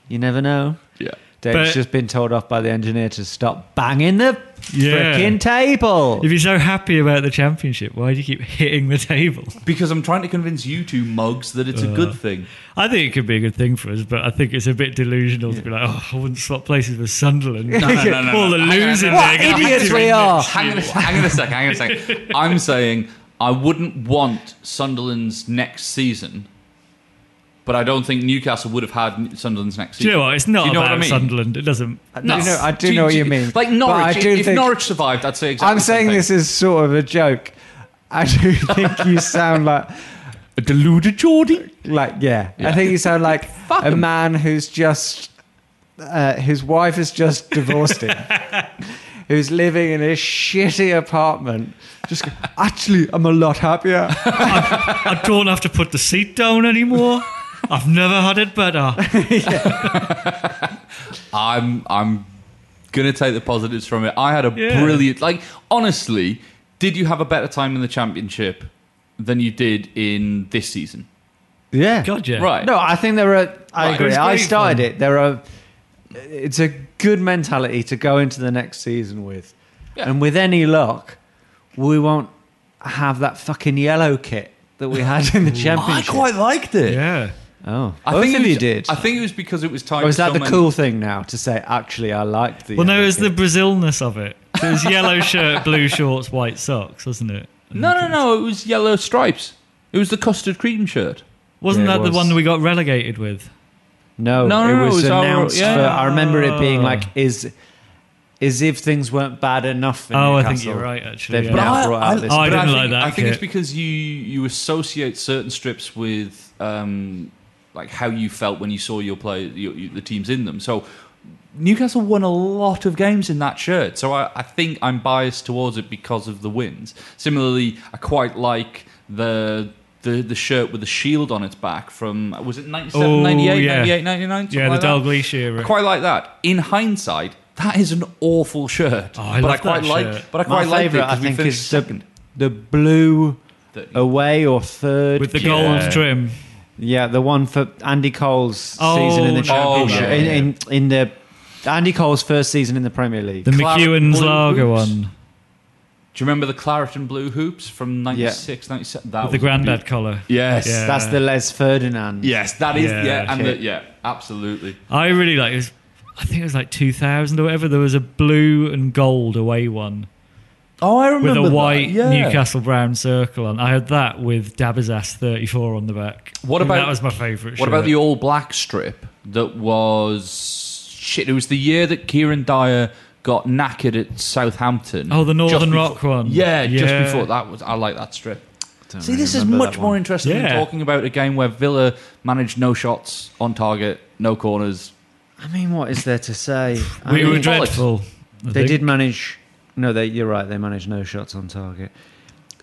Speaker 2: You never know.
Speaker 4: Yeah,
Speaker 2: Dave's
Speaker 3: But-
Speaker 2: just been told off by the engineer to stop banging the
Speaker 3: Yeah.
Speaker 2: frickin' table.
Speaker 3: If you're so happy about the championship, why do you keep hitting the table?
Speaker 4: because I'm trying to convince you two mugs that it's a good thing.
Speaker 3: I think it could be a good thing for us, but I think it's a bit delusional to be like, oh, I wouldn't swap places with Sunderland.
Speaker 4: no, no, no,
Speaker 3: All
Speaker 4: no.
Speaker 3: the
Speaker 4: Hang on,
Speaker 3: losing
Speaker 4: hang on,
Speaker 2: What
Speaker 3: they're gonna be
Speaker 2: idiots we
Speaker 3: doing
Speaker 2: are!
Speaker 3: next
Speaker 4: Hang on, a, hang on a second. Hang on a second. I'm saying I wouldn't want Sunderland's next season, but I don't think Newcastle would have had Sunderland's next
Speaker 3: Do
Speaker 4: season.
Speaker 3: you know what? It's not
Speaker 4: Do you know
Speaker 3: about
Speaker 4: what I mean?
Speaker 3: Sunderland. It doesn't.
Speaker 2: No, you know, I do know what you mean.
Speaker 4: Like
Speaker 2: but I
Speaker 4: Norwich,
Speaker 2: do
Speaker 4: if
Speaker 2: think-
Speaker 4: Norwich survived, I'd say exactly.
Speaker 2: I'm saying this is sort of a joke. I do think you sound like,
Speaker 4: a deluded Geordie.
Speaker 2: like yeah. I
Speaker 4: Yeah.
Speaker 2: think you sound like
Speaker 4: Fuck
Speaker 2: a
Speaker 4: 'em.
Speaker 2: man who's just, uh, his wife has just divorced him, who's living in a shitty apartment. Just go, actually, I'm a lot happier.
Speaker 3: I don't have to put the seat down anymore. I've never had it better.
Speaker 4: I'm I'm gonna take the positives from it. I had a
Speaker 3: Yeah.
Speaker 4: brilliant like honestly, did you have a better time in the championship than you did in this season?
Speaker 2: Yeah.
Speaker 3: God, yeah.
Speaker 4: Right.
Speaker 2: No, I think there are. I
Speaker 3: Right. It
Speaker 2: agree.
Speaker 3: was
Speaker 2: I
Speaker 3: great
Speaker 2: started
Speaker 3: fun.
Speaker 2: it. There are. It's a good mentality to go into the next season with,
Speaker 4: Yeah.
Speaker 2: and with any luck, we won't have that fucking yellow kit that we had in the
Speaker 4: I
Speaker 2: championship.
Speaker 4: quite liked it.
Speaker 3: Yeah.
Speaker 2: oh,
Speaker 4: I
Speaker 2: both
Speaker 4: think
Speaker 2: of
Speaker 4: it was,
Speaker 2: you did.
Speaker 4: I think it was because it was time.
Speaker 2: or is
Speaker 4: for
Speaker 2: that the
Speaker 4: someone-
Speaker 2: cool thing now to say? Actually, I liked the.
Speaker 3: Well, no,
Speaker 2: yellow
Speaker 3: it was the
Speaker 2: kit?
Speaker 3: Brazilness of it. So it was yellow shirt, blue shorts, white socks, wasn't it?
Speaker 4: No, no, no. It was yellow stripes. It was the custard cream shirt.
Speaker 3: Wasn't
Speaker 2: Yeah, it
Speaker 3: that
Speaker 2: was.
Speaker 3: the one that we got relegated with?
Speaker 2: no,
Speaker 4: No, no,
Speaker 2: it
Speaker 4: no,
Speaker 2: was
Speaker 4: it was our-
Speaker 2: announced.
Speaker 4: yeah.
Speaker 2: for, I remember it being like is. Is if things weren't bad enough. In
Speaker 3: Oh, I think
Speaker 2: Newcastle,
Speaker 3: you're right, actually,
Speaker 2: They've
Speaker 3: yeah.
Speaker 2: now
Speaker 4: I-
Speaker 2: brought
Speaker 4: I-
Speaker 2: out this.
Speaker 3: Oh, I
Speaker 4: but
Speaker 3: didn't
Speaker 4: think,
Speaker 3: like that
Speaker 4: I think it's
Speaker 3: kit.
Speaker 4: because you you associate certain strips with um, like how you felt when you saw your play your, your, the teams in them. So Newcastle won a lot of games in that shirt. So I, I think I'm biased towards it because of the wins. Similarly, I quite like the. The, the shirt with the shield on its back from was it 97,
Speaker 3: Oh,
Speaker 4: 98,
Speaker 3: yeah.
Speaker 4: 98, 99?
Speaker 3: Yeah, the
Speaker 4: like that?
Speaker 3: Dalglish era.
Speaker 4: I quite like that. In hindsight, that is an awful shirt.
Speaker 3: Oh, I
Speaker 4: but
Speaker 3: love
Speaker 4: I quite
Speaker 3: that
Speaker 4: like
Speaker 3: shirt.
Speaker 4: but I
Speaker 2: My
Speaker 4: quite like it
Speaker 2: favourite, I
Speaker 4: because we
Speaker 2: think,
Speaker 4: finished
Speaker 2: is the,
Speaker 4: second.
Speaker 2: the blue
Speaker 4: That-
Speaker 2: away or third
Speaker 3: With the
Speaker 2: kit.
Speaker 3: gold
Speaker 4: uh,
Speaker 3: trim.
Speaker 2: Yeah, the one for Andy Cole's
Speaker 3: Oh,
Speaker 2: season in the
Speaker 3: no.
Speaker 2: championship.
Speaker 4: Oh, yeah.
Speaker 2: in, in, in the Andy Cole's first season in the Premier League.
Speaker 3: The
Speaker 4: Claret
Speaker 3: McEwen's
Speaker 4: blue
Speaker 3: lager
Speaker 4: boots.
Speaker 3: one.
Speaker 4: Do you remember the Clareton Blue Hoops from 96, 97? That
Speaker 3: With the
Speaker 4: was a
Speaker 3: grandad
Speaker 4: beaut-
Speaker 3: collar.
Speaker 4: Yes.
Speaker 3: Yeah.
Speaker 2: That's the Les Ferdinand.
Speaker 4: Yes, that is.
Speaker 3: Yeah,
Speaker 4: Yeah, and
Speaker 2: okay.
Speaker 4: the, yeah, absolutely.
Speaker 3: I really like it. Was, I think it was like 2000 or whatever. There was a blue and gold away one
Speaker 4: Oh, I remember.
Speaker 3: with a
Speaker 4: that,
Speaker 3: white
Speaker 4: yeah.
Speaker 3: Newcastle brown circle on. I had that with Dabazas 34 on the back.
Speaker 4: What
Speaker 3: And
Speaker 4: about-
Speaker 3: that? Was my favourite.
Speaker 4: What about
Speaker 3: shirt.
Speaker 4: the all black strip that was. Shit, it was the year that Kieran Dyer got knackered at Southampton.
Speaker 3: Oh, the Northern
Speaker 4: Just before-
Speaker 3: Rock one.
Speaker 4: Yeah, just
Speaker 3: Yeah.
Speaker 4: before that was. I like that strip. See,
Speaker 2: really
Speaker 4: this is
Speaker 2: remember
Speaker 4: much
Speaker 2: that
Speaker 4: more
Speaker 2: one.
Speaker 4: interesting
Speaker 3: Yeah.
Speaker 4: than talking about a game where Villa managed no shots on target, no corners.
Speaker 2: I mean, what is there to say? I
Speaker 3: We
Speaker 2: mean,
Speaker 3: were
Speaker 4: Bollocks.
Speaker 3: dreadful. I
Speaker 2: They
Speaker 3: think.
Speaker 2: did manage. No, they, you're right. They managed no shots on target.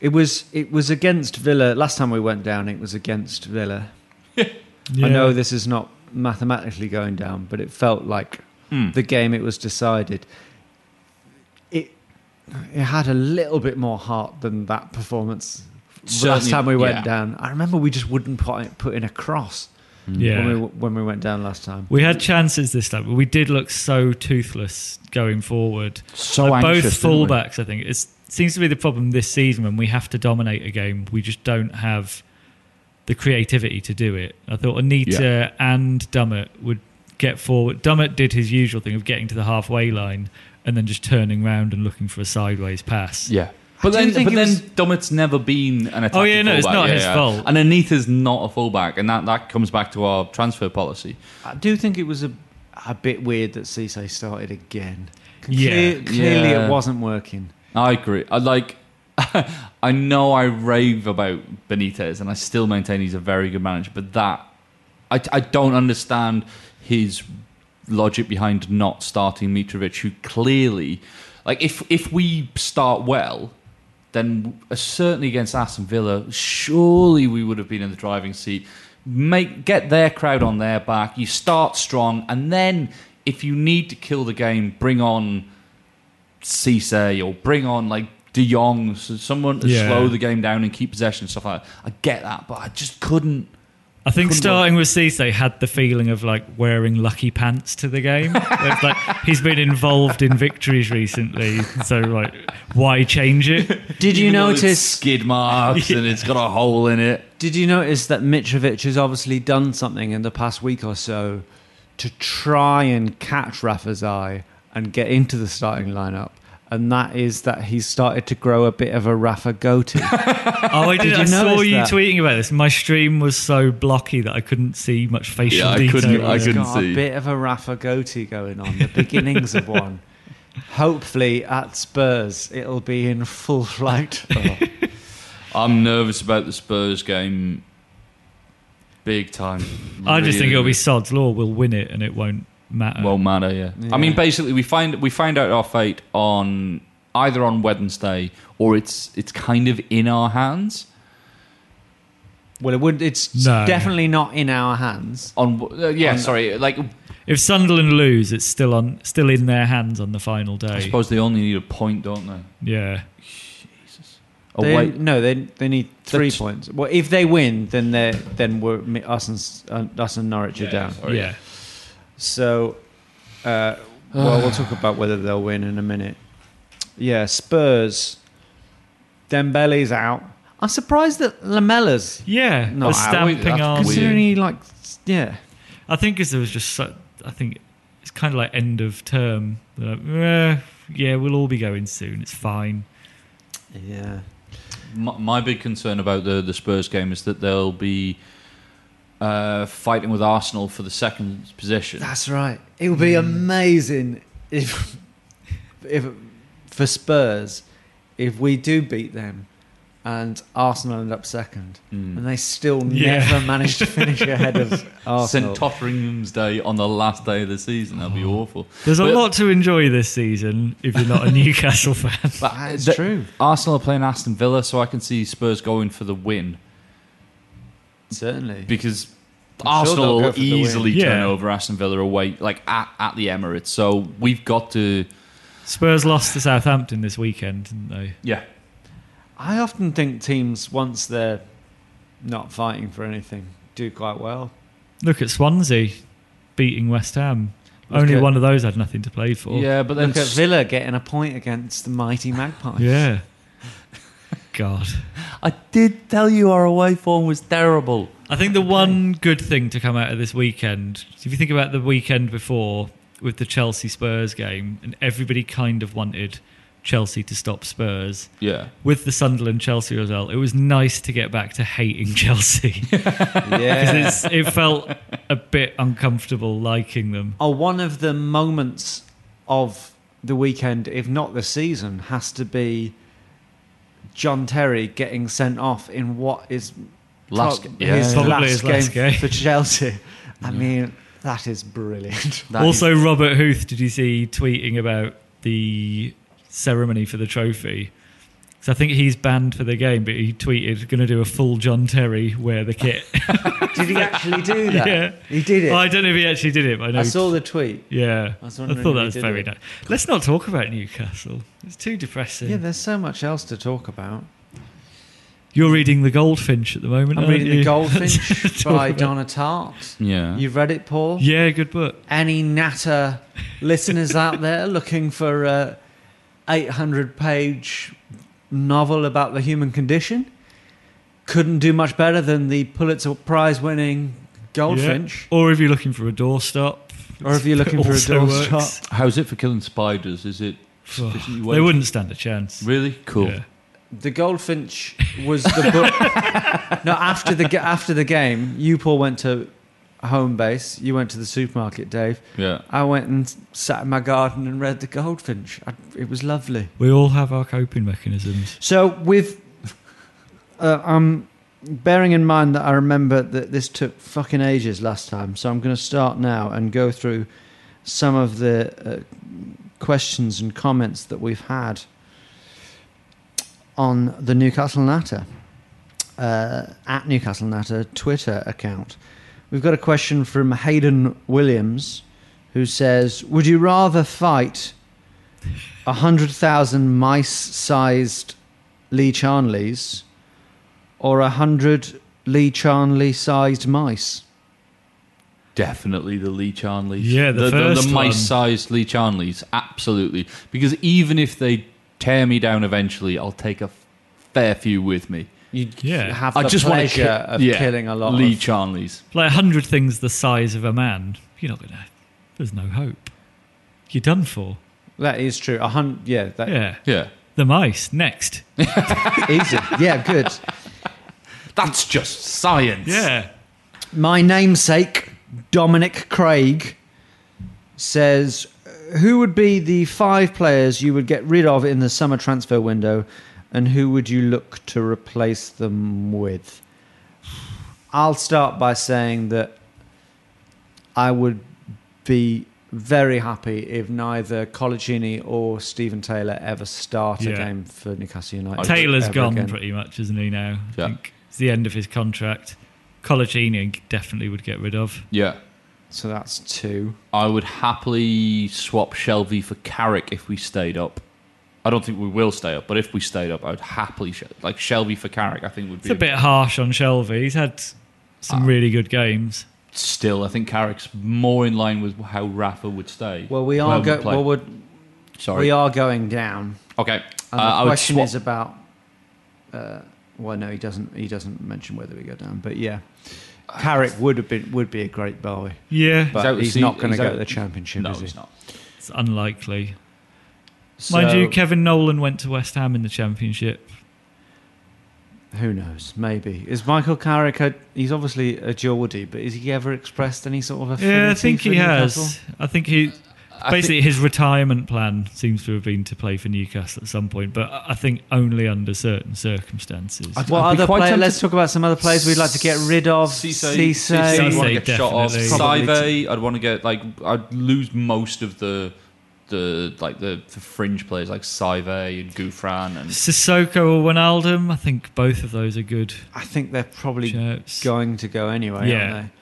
Speaker 2: It was it was against Villa. Last time we went down, it was against Villa. I
Speaker 3: Yeah.
Speaker 2: know this is not mathematically going down, but it felt like
Speaker 3: Hmm.
Speaker 2: the game it was decided. It it had a little bit more heart than that performance last
Speaker 4: Certainly,
Speaker 2: time we went
Speaker 4: yeah.
Speaker 2: down. I remember we just wouldn't put, put in a cross
Speaker 3: Yeah.
Speaker 2: when we when we went down last time.
Speaker 3: We had chances this time, but we did look so toothless going forward.
Speaker 4: So
Speaker 3: Like,
Speaker 4: anxious,
Speaker 3: both
Speaker 4: didn't we?
Speaker 3: fullbacks, I think, it seems to be the problem this season when we have to dominate a game. We just don't have the creativity to do it. I thought Anita and Dummett would get forward. Dummett did his usual thing of getting to the halfway line and then just turning round and looking for a sideways pass.
Speaker 4: Yeah. But
Speaker 2: do
Speaker 4: then,
Speaker 2: think
Speaker 4: but
Speaker 2: it
Speaker 4: then
Speaker 2: was-
Speaker 4: Dummett's never been an attacking
Speaker 3: Oh, yeah, no, it's
Speaker 4: fullback.
Speaker 3: not
Speaker 4: Yeah,
Speaker 3: his
Speaker 4: yeah.
Speaker 3: fault.
Speaker 4: And Anita's not a fullback, and that, that comes back to our transfer policy.
Speaker 2: I do think it was a, a bit weird that Cisse started again.
Speaker 3: Yeah.
Speaker 2: Cle- clearly
Speaker 4: Yeah.
Speaker 2: it wasn't working.
Speaker 4: I agree. I like. I know I rave about Benitez, and I still maintain he's a very good manager. But that, I, I don't understand his logic behind not starting Mitrovic, who clearly, like, if if we start well, then certainly against Aston Villa, surely we would have been in the driving seat. Make get their crowd on their back. You start strong, and then if you need to kill the game, bring on Cisse or bring on like De Jong, so someone to
Speaker 3: Yeah.
Speaker 4: slow the game down and keep possession and stuff like that. I get that, but I just couldn't.
Speaker 3: I think
Speaker 4: Couldn't
Speaker 3: starting with Cisse had the feeling of like wearing lucky pants to the game. it's like he's been involved in victories recently, so like why change it?
Speaker 2: Did you
Speaker 4: Even though it's
Speaker 2: notice?
Speaker 4: skid marks and it's got a hole in it?
Speaker 2: Did you notice that Mitrovic has obviously done something in the past week or so to try and catch Rafa's eye and get into the starting lineup? And that is that he's started to grow a bit of a Rafa goatee.
Speaker 3: Oh, I did.
Speaker 2: Did you
Speaker 3: I saw
Speaker 2: notice
Speaker 3: you
Speaker 2: that?
Speaker 3: tweeting about this. My stream was so blocky that I couldn't see much facial
Speaker 4: Yeah, I
Speaker 3: detail.
Speaker 4: couldn't- I
Speaker 3: Yeah.
Speaker 4: couldn't-
Speaker 2: got
Speaker 4: see.
Speaker 2: a bit of a Rafa goatee going on, the beginnings of one. Hopefully at Spurs it'll be in full flight.
Speaker 4: I'm nervous about the Spurs game, big time.
Speaker 3: I just think it'll
Speaker 4: Really.
Speaker 3: be sod's law. We'll win it, and it won't matter.
Speaker 4: won't matter. Yeah.
Speaker 2: Yeah.
Speaker 4: I mean, basically, we find we find out our fate on either on Wednesday or it's it's kind of in our hands.
Speaker 2: well, it would. It's
Speaker 3: No.
Speaker 2: definitely not in our hands.
Speaker 4: On uh, yeah,
Speaker 2: On-
Speaker 4: sorry. Like
Speaker 3: if Sunderland lose, it's still on, still in their hands on the final day.
Speaker 4: I suppose they only need a point, don't they?
Speaker 3: Yeah.
Speaker 4: Oh
Speaker 2: They-
Speaker 4: wait,
Speaker 2: No, they they need three
Speaker 4: t-
Speaker 2: points. Well, if they win, then they then we're mi- us and s- uh, us and Norwich are down.
Speaker 4: sorry.
Speaker 3: Yeah.
Speaker 2: So, uh, well, we'll talk about whether they'll win in a minute. Yeah, Spurs. Dembele's out. I'm surprised that Lamella's
Speaker 3: Yeah.
Speaker 2: No,
Speaker 3: the
Speaker 2: I-
Speaker 3: stamping
Speaker 4: that's
Speaker 3: on.
Speaker 4: Weird.
Speaker 2: considering he like s- yeah.
Speaker 3: I think 'cause there was just so, I think it's kind of like end of term. They're like, eh, yeah, we'll all be going soon. It's fine.
Speaker 2: Yeah.
Speaker 4: My, my big concern about the, the Spurs game is that they'll be uh, fighting with Arsenal for the second position.
Speaker 2: That's right. It would be amazing if, if for Spurs, if we do beat them, and Arsenal end up second,
Speaker 4: Hmm.
Speaker 2: and they still
Speaker 3: Yeah.
Speaker 2: never manage to finish ahead of Arsenal. Oh.
Speaker 4: St Totteringham's Day on the last day of the season. That'd be awful.
Speaker 3: There's a
Speaker 4: But-
Speaker 3: lot to enjoy this season if you're not a Newcastle fan.
Speaker 4: But
Speaker 2: That is
Speaker 4: the-
Speaker 2: true.
Speaker 4: Arsenal are playing Aston Villa, so I can see Spurs going for the win
Speaker 2: Certainly.
Speaker 4: because
Speaker 2: I'm sure
Speaker 4: Arsenal
Speaker 2: they'll go
Speaker 4: will
Speaker 2: for the win.
Speaker 4: easily
Speaker 3: Yeah.
Speaker 4: turn over Aston Villa away, like at, at the Emirates. So we've got to,
Speaker 3: Spurs lost to Southampton this weekend, didn't they?
Speaker 4: yeah,
Speaker 2: I often think teams once they're not fighting for anything do quite well.
Speaker 3: Look at Swansea beating West Ham.
Speaker 2: Look
Speaker 3: Only
Speaker 2: at-
Speaker 3: one of those had nothing to play for.
Speaker 4: yeah. But then
Speaker 2: Look at Villa getting a point against the mighty Magpies.
Speaker 3: Yeah. God.
Speaker 4: I did tell you our away form was terrible.
Speaker 3: I think the one good thing to come out of this weekend, if you think about the weekend before with the Chelsea Spurs game, and everybody kind of wanted Chelsea to stop Spurs.
Speaker 4: Yeah.
Speaker 3: With the Sunderland Chelsea result, it was nice to get back to hating Chelsea.
Speaker 2: yeah.
Speaker 3: It's- it felt a bit uncomfortable liking them.
Speaker 2: are one of the moments of the weekend, if not the season, has to be John Terry getting sent off in what is
Speaker 4: Last
Speaker 2: prob-
Speaker 4: g- yeah,
Speaker 2: his,
Speaker 3: yeah. Probably
Speaker 2: last,
Speaker 3: his
Speaker 2: game
Speaker 3: last game.
Speaker 2: for Chelsea. I mean, that is brilliant.
Speaker 4: That is-
Speaker 3: also, Robert Huth, did you see tweeting about the ceremony for the trophy? Because I think he's banned for the game, but he tweeted, going to do a full John Terry wear the kit.
Speaker 2: Did he actually do that?
Speaker 3: Yeah.
Speaker 2: He did it.
Speaker 3: Well, I
Speaker 2: I,
Speaker 3: don't know if he actually did it, but I know. he-
Speaker 2: saw the tweet.
Speaker 3: yeah,
Speaker 2: I
Speaker 3: I,
Speaker 2: was
Speaker 3: thought
Speaker 2: wondering
Speaker 3: that
Speaker 2: if he
Speaker 3: was
Speaker 2: did
Speaker 3: very
Speaker 2: it.
Speaker 3: nice. Let's not talk about Newcastle. It's too depressing.
Speaker 2: Yeah. there's so much else to talk about.
Speaker 3: You're reading The Goldfinch at the moment.
Speaker 2: I'm
Speaker 3: aren't
Speaker 2: reading The
Speaker 3: you?
Speaker 2: Goldfinch
Speaker 3: Talk
Speaker 2: by
Speaker 3: about-
Speaker 2: Donna Tartt.
Speaker 4: yeah.
Speaker 2: You've read it, Paul?
Speaker 3: Yeah, good book.
Speaker 2: any natter listeners out there looking for a 800 page novel about the human condition couldn't do much better than the pulitzer prize winning goldfinch
Speaker 3: Yeah. Or if you're looking for a doorstop.
Speaker 2: Or if you're looking for a
Speaker 3: Also
Speaker 2: doorstop.
Speaker 3: works.
Speaker 4: How's it for killing spiders? Is it
Speaker 3: Oh,
Speaker 4: sufficiently
Speaker 3: they
Speaker 4: weighted?
Speaker 3: wouldn't stand a chance.
Speaker 4: Really cool.
Speaker 3: Yeah.
Speaker 2: The Goldfinch was the book. no, after the ga- after the game, you Paul went to home base. You went to the supermarket, Dave.
Speaker 4: Yeah.
Speaker 2: I went and sat in my garden and read The Goldfinch. I, it was lovely.
Speaker 3: We all have our coping mechanisms.
Speaker 2: So with, uh, um, bearing in mind that I remember that this took fucking ages last time, so I'm going to start now and go through some of the uh, questions and comments that we've had on the Newcastle Natter uh, at Newcastle Natter Twitter account. We've got a question from Hayden Williams, who says, "Would you rather fight?" A 100,000 mice sized Lee Charnleys or a 100 Lee Charnley sized mice?
Speaker 4: Definitely the Lee Charnleys.
Speaker 3: Yeah, the
Speaker 4: the,
Speaker 3: first one.
Speaker 4: mice-sized Lee Charnleys, absolutely. Because even if they tear me down eventually, I'll take a fair few with me.
Speaker 2: You
Speaker 3: Yeah.
Speaker 2: have
Speaker 4: I
Speaker 2: the
Speaker 4: just want to
Speaker 2: pleasure of killing a lot
Speaker 4: Lee
Speaker 2: of.
Speaker 4: Charnleys.
Speaker 3: Like a hundred things the size of a man. You're not gonna. There's no hope. You're done for.
Speaker 2: That is true. A hundred, yeah, that,
Speaker 3: Yeah.
Speaker 4: Yeah,
Speaker 3: The mice next.
Speaker 2: easy. Yeah, good.
Speaker 4: that's just science.
Speaker 3: Yeah.
Speaker 2: My namesake, Dominic Craig, says, Who would be the five players you would get rid of in the summer transfer window, and who would you look to replace them with? I'll start by saying that I would be very happy if neither Colaccini or Stephen Taylor ever start a
Speaker 3: Yeah.
Speaker 2: game for Newcastle United.
Speaker 3: Taylor's
Speaker 2: ever
Speaker 3: gone
Speaker 2: again.
Speaker 3: pretty much, isn't he? Now I
Speaker 4: Yeah.
Speaker 3: think it's the end of his contract. Colaccini definitely would get rid of.
Speaker 4: yeah.
Speaker 2: So that's two.
Speaker 4: I would happily swap Shelby for Carrick if we stayed up. I don't think we will stay up, but if we stayed up, I'd happily sh- like Shelby for Carrick. I think would be
Speaker 3: It's a bit harsh on Shelby. He's had
Speaker 2: Ah.
Speaker 3: some really good games.
Speaker 4: still. I think Carrick's more in line with how Rafa would stay.
Speaker 2: Well, we are
Speaker 4: Well,
Speaker 2: go-
Speaker 4: we play.
Speaker 2: well, we're,
Speaker 4: Sorry.
Speaker 2: we are going down.
Speaker 4: Okay. Uh,
Speaker 2: And the
Speaker 4: I would
Speaker 2: question
Speaker 4: swap-
Speaker 2: is about. Uh, well, no, he doesn't. He doesn't mention whether we go down, but yeah, Carrick would have been would be a great boy,
Speaker 3: Yeah,
Speaker 4: out
Speaker 2: but
Speaker 4: the
Speaker 2: he's
Speaker 4: sea-
Speaker 2: not going to
Speaker 4: he's
Speaker 2: go
Speaker 4: out-
Speaker 2: to the championship.
Speaker 4: no,
Speaker 2: is he?
Speaker 4: it's not.
Speaker 3: it's unlikely. Mind you, Kevin Nolan went to West Ham in the Championship.
Speaker 2: who knows? Maybe is Michael Carrick? A, he's obviously a Geordie, but has he ever expressed any sort of?
Speaker 3: Yeah, I
Speaker 2: affinity
Speaker 3: think
Speaker 2: for
Speaker 3: he has.
Speaker 2: Newcastle?
Speaker 3: I think he
Speaker 4: I
Speaker 3: basically his retirement plan seems to have been to play for Newcastle at some point, but I I think only under certain circumstances.
Speaker 4: I'd-
Speaker 2: What
Speaker 4: I'd be
Speaker 2: other
Speaker 4: quite
Speaker 2: player?
Speaker 4: tempted-
Speaker 2: Let's talk about some other players we'd like to get rid of.
Speaker 4: Cisse,
Speaker 2: Cisse.
Speaker 4: I'd want to
Speaker 3: Cisse,
Speaker 4: get shot off.
Speaker 3: definitely.
Speaker 4: Saive, I'd want to get like I'd lose most of the the like the, the fringe players like Saive and Gufran and
Speaker 3: Sissoko or Wijnaldum, I think both of those are good
Speaker 2: I think they're probably
Speaker 3: shouts.
Speaker 2: going to go anyway,
Speaker 3: Yeah.
Speaker 2: aren't they?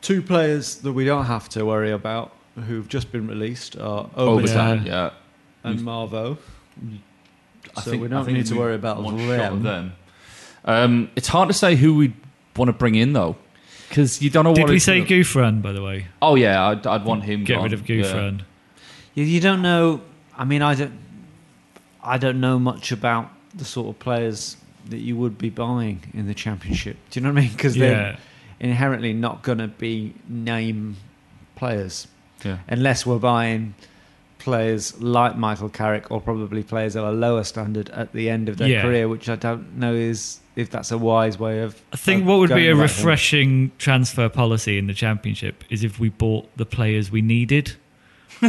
Speaker 2: Two players that we don't have to worry about who've just been released are Obertan
Speaker 4: Overton. Yeah,
Speaker 2: and Marvo.
Speaker 4: I
Speaker 2: So
Speaker 4: think-
Speaker 2: we
Speaker 4: I
Speaker 2: don't
Speaker 4: think
Speaker 2: need to
Speaker 4: we
Speaker 2: worry about
Speaker 4: want
Speaker 2: them.
Speaker 4: shot of them. Um, it's hard to say who we would want to bring in though, because you don't know
Speaker 3: Did
Speaker 4: what.
Speaker 3: we
Speaker 4: it's
Speaker 3: say
Speaker 4: gonna-
Speaker 3: Gouffran, by the way?
Speaker 4: Oh yeah, I'd, I'd want him.
Speaker 3: Get
Speaker 4: gone.
Speaker 3: rid of
Speaker 4: Yeah.
Speaker 3: Gouffran.
Speaker 2: You, you don't know. I mean, I don't. I don't know much about the sort of players that you would be buying in the championship. Do you know what I mean? Because
Speaker 3: Yeah.
Speaker 2: they're inherently not going to be name players.
Speaker 4: Yeah.
Speaker 2: unless we're buying players like Michael Carrick or probably players at a lower standard at the end of their
Speaker 3: Yeah.
Speaker 2: career, which I don't know is if that's a wise way of.
Speaker 3: I think
Speaker 2: of
Speaker 3: what would
Speaker 2: going
Speaker 3: be a
Speaker 2: about it.
Speaker 3: refreshing transfer policy in the championship is if we bought the players we needed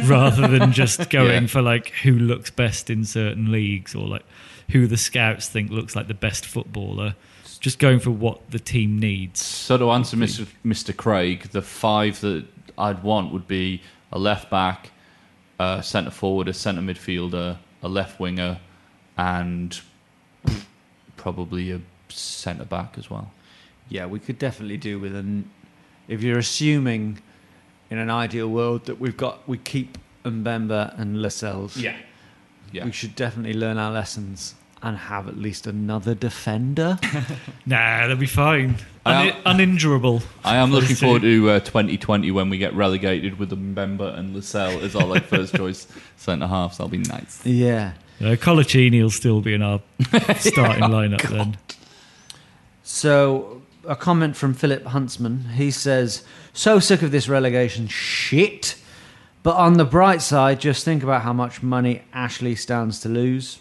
Speaker 3: rather than just going
Speaker 4: Yeah.
Speaker 3: for like who looks best in certain leagues or like who the scouts think looks like the best footballer. Just going for what the team needs.
Speaker 4: So to answer Mr. Mr. Craig, the five that I'd want would be a left back, a centre forward, a centre midfielder, a left winger, and probably a centre back as well.
Speaker 2: Yeah, we could definitely do with an. If you're assuming, in an ideal world, that we've got we keep Mbemba and Lascelles.
Speaker 4: yeah.
Speaker 2: we should definitely learn our lessons and have at least another defender.
Speaker 3: Nah, they'll be fine.
Speaker 4: I
Speaker 3: Un- uninjurable.
Speaker 4: I am looking
Speaker 3: Those two.
Speaker 4: forward to uh, 2020 when we get relegated with Mbemba and Lascelles as our like first choice centre halves. That'll be nice.
Speaker 2: yeah.
Speaker 3: No, Uh, Colaccini will still be in our starting lineup then.
Speaker 2: So, a comment from Philip Huntsman. He says, So sick of this relegation shit. But on the bright side, just think about how much money Ashley stands to lose.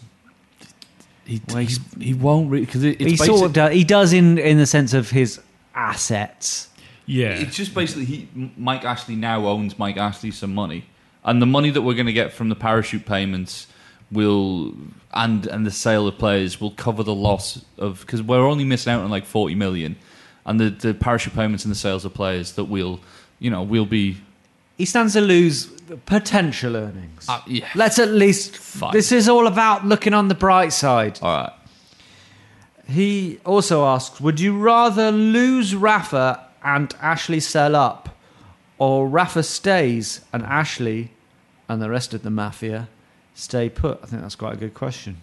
Speaker 4: He, he's, he won't really because it,
Speaker 2: he
Speaker 4: it's basic-
Speaker 2: sort of does, he does in in the sense of his assets.
Speaker 3: Yeah.
Speaker 4: It's just basically he, M- Mike Ashley now owns Mike Ashley some money, and the money that we're going to get from the parachute payments will and and the sale of players will cover the loss of because we're only missing out on like forty million, and the, the parachute payments and the sales of players that will you know we'll be
Speaker 2: He stands to lose potential earnings.
Speaker 4: uh, yeah
Speaker 2: Let's at least.
Speaker 4: Fine.
Speaker 2: This is all about looking on the bright side.
Speaker 4: all right
Speaker 2: He also asks Would you rather lose Rafa and Ashley sell up, or Rafa stays and Ashley and the rest of the mafia stay put? I think that's quite a good question.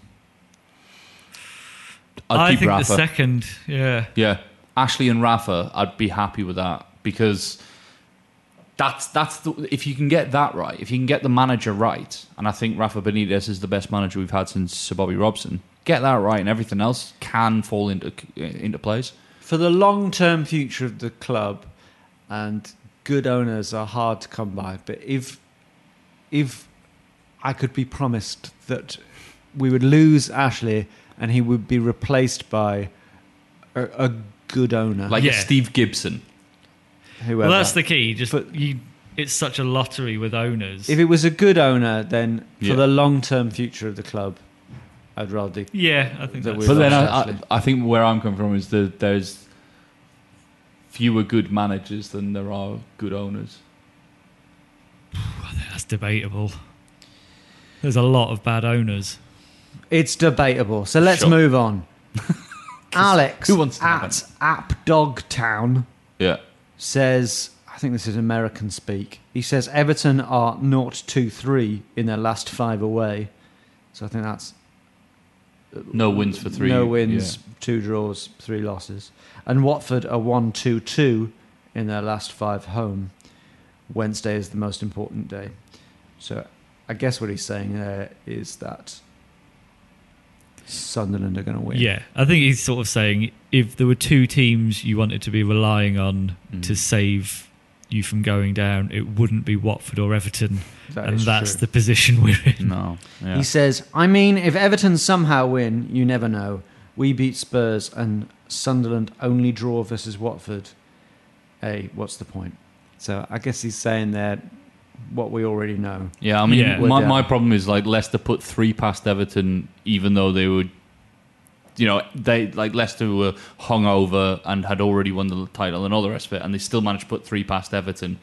Speaker 4: I'd
Speaker 3: I
Speaker 4: keep
Speaker 3: think
Speaker 4: Rafa.
Speaker 3: the second. Yeah.
Speaker 4: Yeah, Ashley and Rafa, I'd be happy with that because that's that's the, if you can get that right, if you can get the manager right, and I think Rafa Benitez is the best manager we've had since Sir Bobby Robson. Get that right, and everything else can fall into into place.
Speaker 2: For the long term future of the club, and good owners are hard to come by, but if, if I could be promised that we would lose Ashley and he would be replaced by a, a good owner,
Speaker 4: Like
Speaker 3: Yeah.
Speaker 4: Steve Gibson,
Speaker 2: whoever.
Speaker 3: Well, that's the key. Just
Speaker 2: But-
Speaker 3: you. It's such a lottery with owners.
Speaker 2: If it was a good owner, then for
Speaker 4: Yeah.
Speaker 2: the long term future of the club, I'd rather. the-
Speaker 3: yeah, I think
Speaker 2: That
Speaker 3: that's
Speaker 2: we-
Speaker 4: but then I,
Speaker 2: Ashley.
Speaker 4: I, I think where I'm coming from is that there's fewer good managers than there are good owners.
Speaker 3: that's debatable. There's a lot of bad owners.
Speaker 2: It's debatable. So let's
Speaker 4: Sure.
Speaker 2: move on. Alex
Speaker 4: who wants to know
Speaker 2: at AppDogTown
Speaker 4: Yeah,
Speaker 2: says, I think this is American speak. He says Everton are 0 2 3 in their last five away. So I think that's
Speaker 4: no wins for three.
Speaker 2: no
Speaker 4: Yeah.
Speaker 2: wins, two draws, three losses. And Watford are 1 2 2 in their last five home. Wednesday is the most important day. So I guess what he's saying there is that Sunderland are going to win.
Speaker 3: Yeah, I think he's sort of saying if there were two teams you wanted to be relying on
Speaker 2: Mm.
Speaker 3: to
Speaker 4: Mm.
Speaker 3: save you from going down, it wouldn't be Watford or Everton,
Speaker 2: That
Speaker 3: and
Speaker 2: is
Speaker 3: that's
Speaker 2: true.
Speaker 3: the position we're in.
Speaker 4: No. Yeah.
Speaker 2: He says, I mean, if Everton somehow win, you never know. We beat Spurs and Sunderland only draw versus Watford. Hey, what's the point? So I guess he's saying there what we already know.
Speaker 4: Yeah, I mean,
Speaker 3: Yeah.
Speaker 4: my,
Speaker 2: Yeah.
Speaker 4: my problem is like Leicester put three past Everton, even though they were, you know, they like Leicester were hungover and had already won the title and all the rest of it, and they still managed to put three past Everton.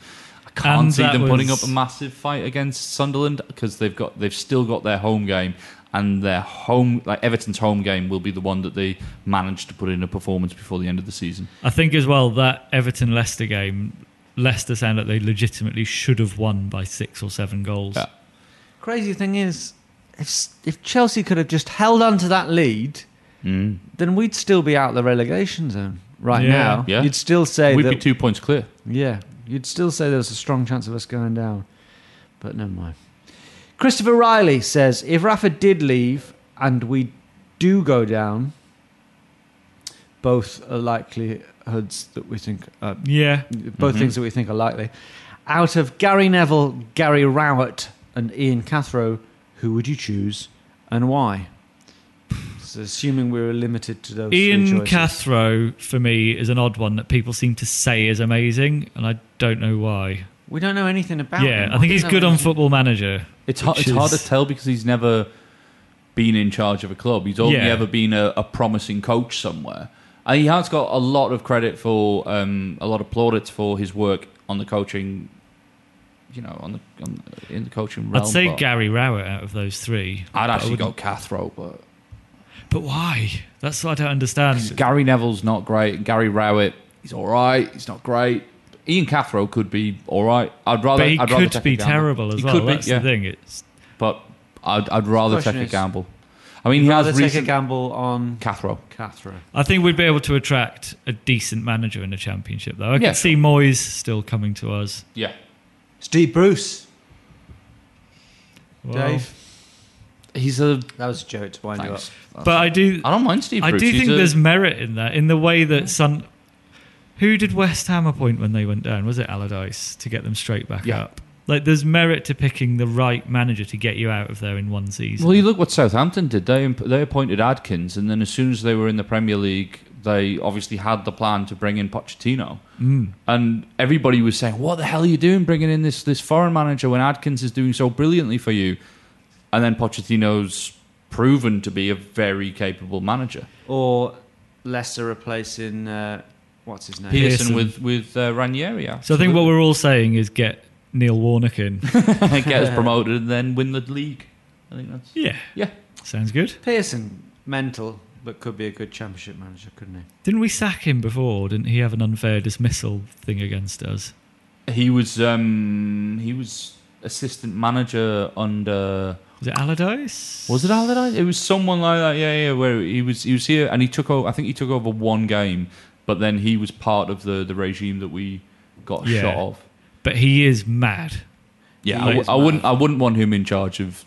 Speaker 4: I can't
Speaker 3: And
Speaker 4: see
Speaker 3: that
Speaker 4: them putting up
Speaker 3: was-
Speaker 4: a massive fight against Sunderland because they've got they've still got their home game. And their home, like Everton's home game, will be the one that they manage to put in a performance before the end of the season.
Speaker 3: I think as well that Everton Leicester game, Leicester sound like they legitimately should have won by six or seven goals.
Speaker 4: Yeah.
Speaker 2: Crazy thing is, if, if Chelsea could have just held on to that lead,
Speaker 4: Mm.
Speaker 2: then we'd still be out the relegation zone right
Speaker 3: Yeah.
Speaker 2: now.
Speaker 4: Yeah.
Speaker 2: You'd still say
Speaker 4: We'd
Speaker 2: that,
Speaker 4: be two points clear.
Speaker 2: Yeah, you'd still say there was a strong chance of us going down, but never mind. Christopher Riley says if Rafa did leave and we do go down, both are likelihoods that we think, uh,
Speaker 3: Yeah,
Speaker 2: both things that we think are likely. Out of Gary Neville, Gary Rowett, and Ian Cathro, who would you choose and why? So assuming we were limited to those three
Speaker 3: Ian
Speaker 2: choices.
Speaker 3: Cathro for me is an odd one that people seem to say is amazing, and I don't know why.
Speaker 2: we don't know anything about.
Speaker 3: Yeah,
Speaker 2: him.
Speaker 3: I think he's
Speaker 2: don't
Speaker 3: good
Speaker 2: know
Speaker 3: on
Speaker 2: anything-
Speaker 3: Football Manager.
Speaker 4: It's hard,
Speaker 3: which
Speaker 4: it's hard to
Speaker 3: is-
Speaker 4: tell because he's never been in charge of a club. He's only
Speaker 3: Yeah.
Speaker 4: ever been a, a promising coach somewhere. And he has got a lot of credit for um, a lot of plaudits for his work on the coaching, you know, on the on, in the coaching realm.
Speaker 3: I'd say
Speaker 4: but
Speaker 3: Gary Rowett out of those three.
Speaker 4: I'd
Speaker 3: but I
Speaker 4: actually
Speaker 3: wouldn't-
Speaker 4: go Cathro, but
Speaker 3: But why? That's what I don't understand.
Speaker 4: Gary Neville's not great. Gary Rowett, he's all right. He's not great. Ian Cathro could be all right. I'd rather.
Speaker 3: But he
Speaker 4: I'd rather
Speaker 3: could
Speaker 4: take
Speaker 3: be
Speaker 4: a gamble.
Speaker 3: terrible as
Speaker 4: He
Speaker 3: well.
Speaker 4: could be,
Speaker 3: That's
Speaker 4: yeah.
Speaker 3: the thing. It's
Speaker 4: But I'd, I'd rather
Speaker 2: Question
Speaker 4: take a
Speaker 2: is-
Speaker 4: gamble. I mean, he
Speaker 2: I'd
Speaker 4: has
Speaker 2: rather take a
Speaker 4: recent
Speaker 2: gamble on
Speaker 4: Cathro.
Speaker 2: Cathro.
Speaker 3: I think we'd be able to attract a decent manager in the championship, though. I
Speaker 4: Yeah,
Speaker 3: could see Moyes still coming to us.
Speaker 4: Yeah.
Speaker 2: Steve Bruce.
Speaker 3: Well,
Speaker 2: Dave.
Speaker 4: He's a.
Speaker 2: That was a joke to wind
Speaker 4: Thanks.
Speaker 3: but I do,
Speaker 4: I don't mind Steve.
Speaker 3: I
Speaker 4: Bruce.
Speaker 3: do
Speaker 4: He's
Speaker 3: think
Speaker 4: a-
Speaker 3: there's merit in that, in the way that Sun. Who did West Ham appoint when they went down? Was it Allardyce to get them straight back
Speaker 4: Yeah.
Speaker 3: up? Like, there's merit to picking the right manager to get you out of there in one season.
Speaker 4: Well, you look what Southampton did. They they appointed Adkins, and then as soon as they were in the Premier League, they obviously had the plan to bring in Pochettino. Mm. And everybody was saying, "What the hell are you doing, bringing in this this foreign manager when Adkins is doing so brilliantly for you?" And then Pochettino's proven to be a very capable manager.
Speaker 2: Or Leicester replacing uh, what's his name?
Speaker 4: Pearson,
Speaker 3: Pearson.
Speaker 4: with with uh, Ranieri.
Speaker 3: so I think what we're all saying is get Neil Warnock in.
Speaker 4: absolutely. get us promoted and then win the league. I think that's
Speaker 3: yeah,
Speaker 4: yeah.
Speaker 3: sounds good.
Speaker 2: Pearson, mental, but could be a good championship manager, couldn't he?
Speaker 3: Didn't we sack him before? Didn't he have an unfair dismissal thing against us?
Speaker 4: He was um, he was assistant manager under.
Speaker 3: Was it Allardyce?
Speaker 4: Was it Allardyce? It was someone like that. Yeah, yeah. Where he was, he was here, and he took over. I think he took over one game, but then he was part of the the regime that we got
Speaker 3: Yeah.
Speaker 4: shot of.
Speaker 3: But he is mad.
Speaker 4: Yeah,
Speaker 2: He
Speaker 4: I, w-
Speaker 2: is
Speaker 4: I
Speaker 2: mad.
Speaker 4: wouldn't. I wouldn't want him in charge of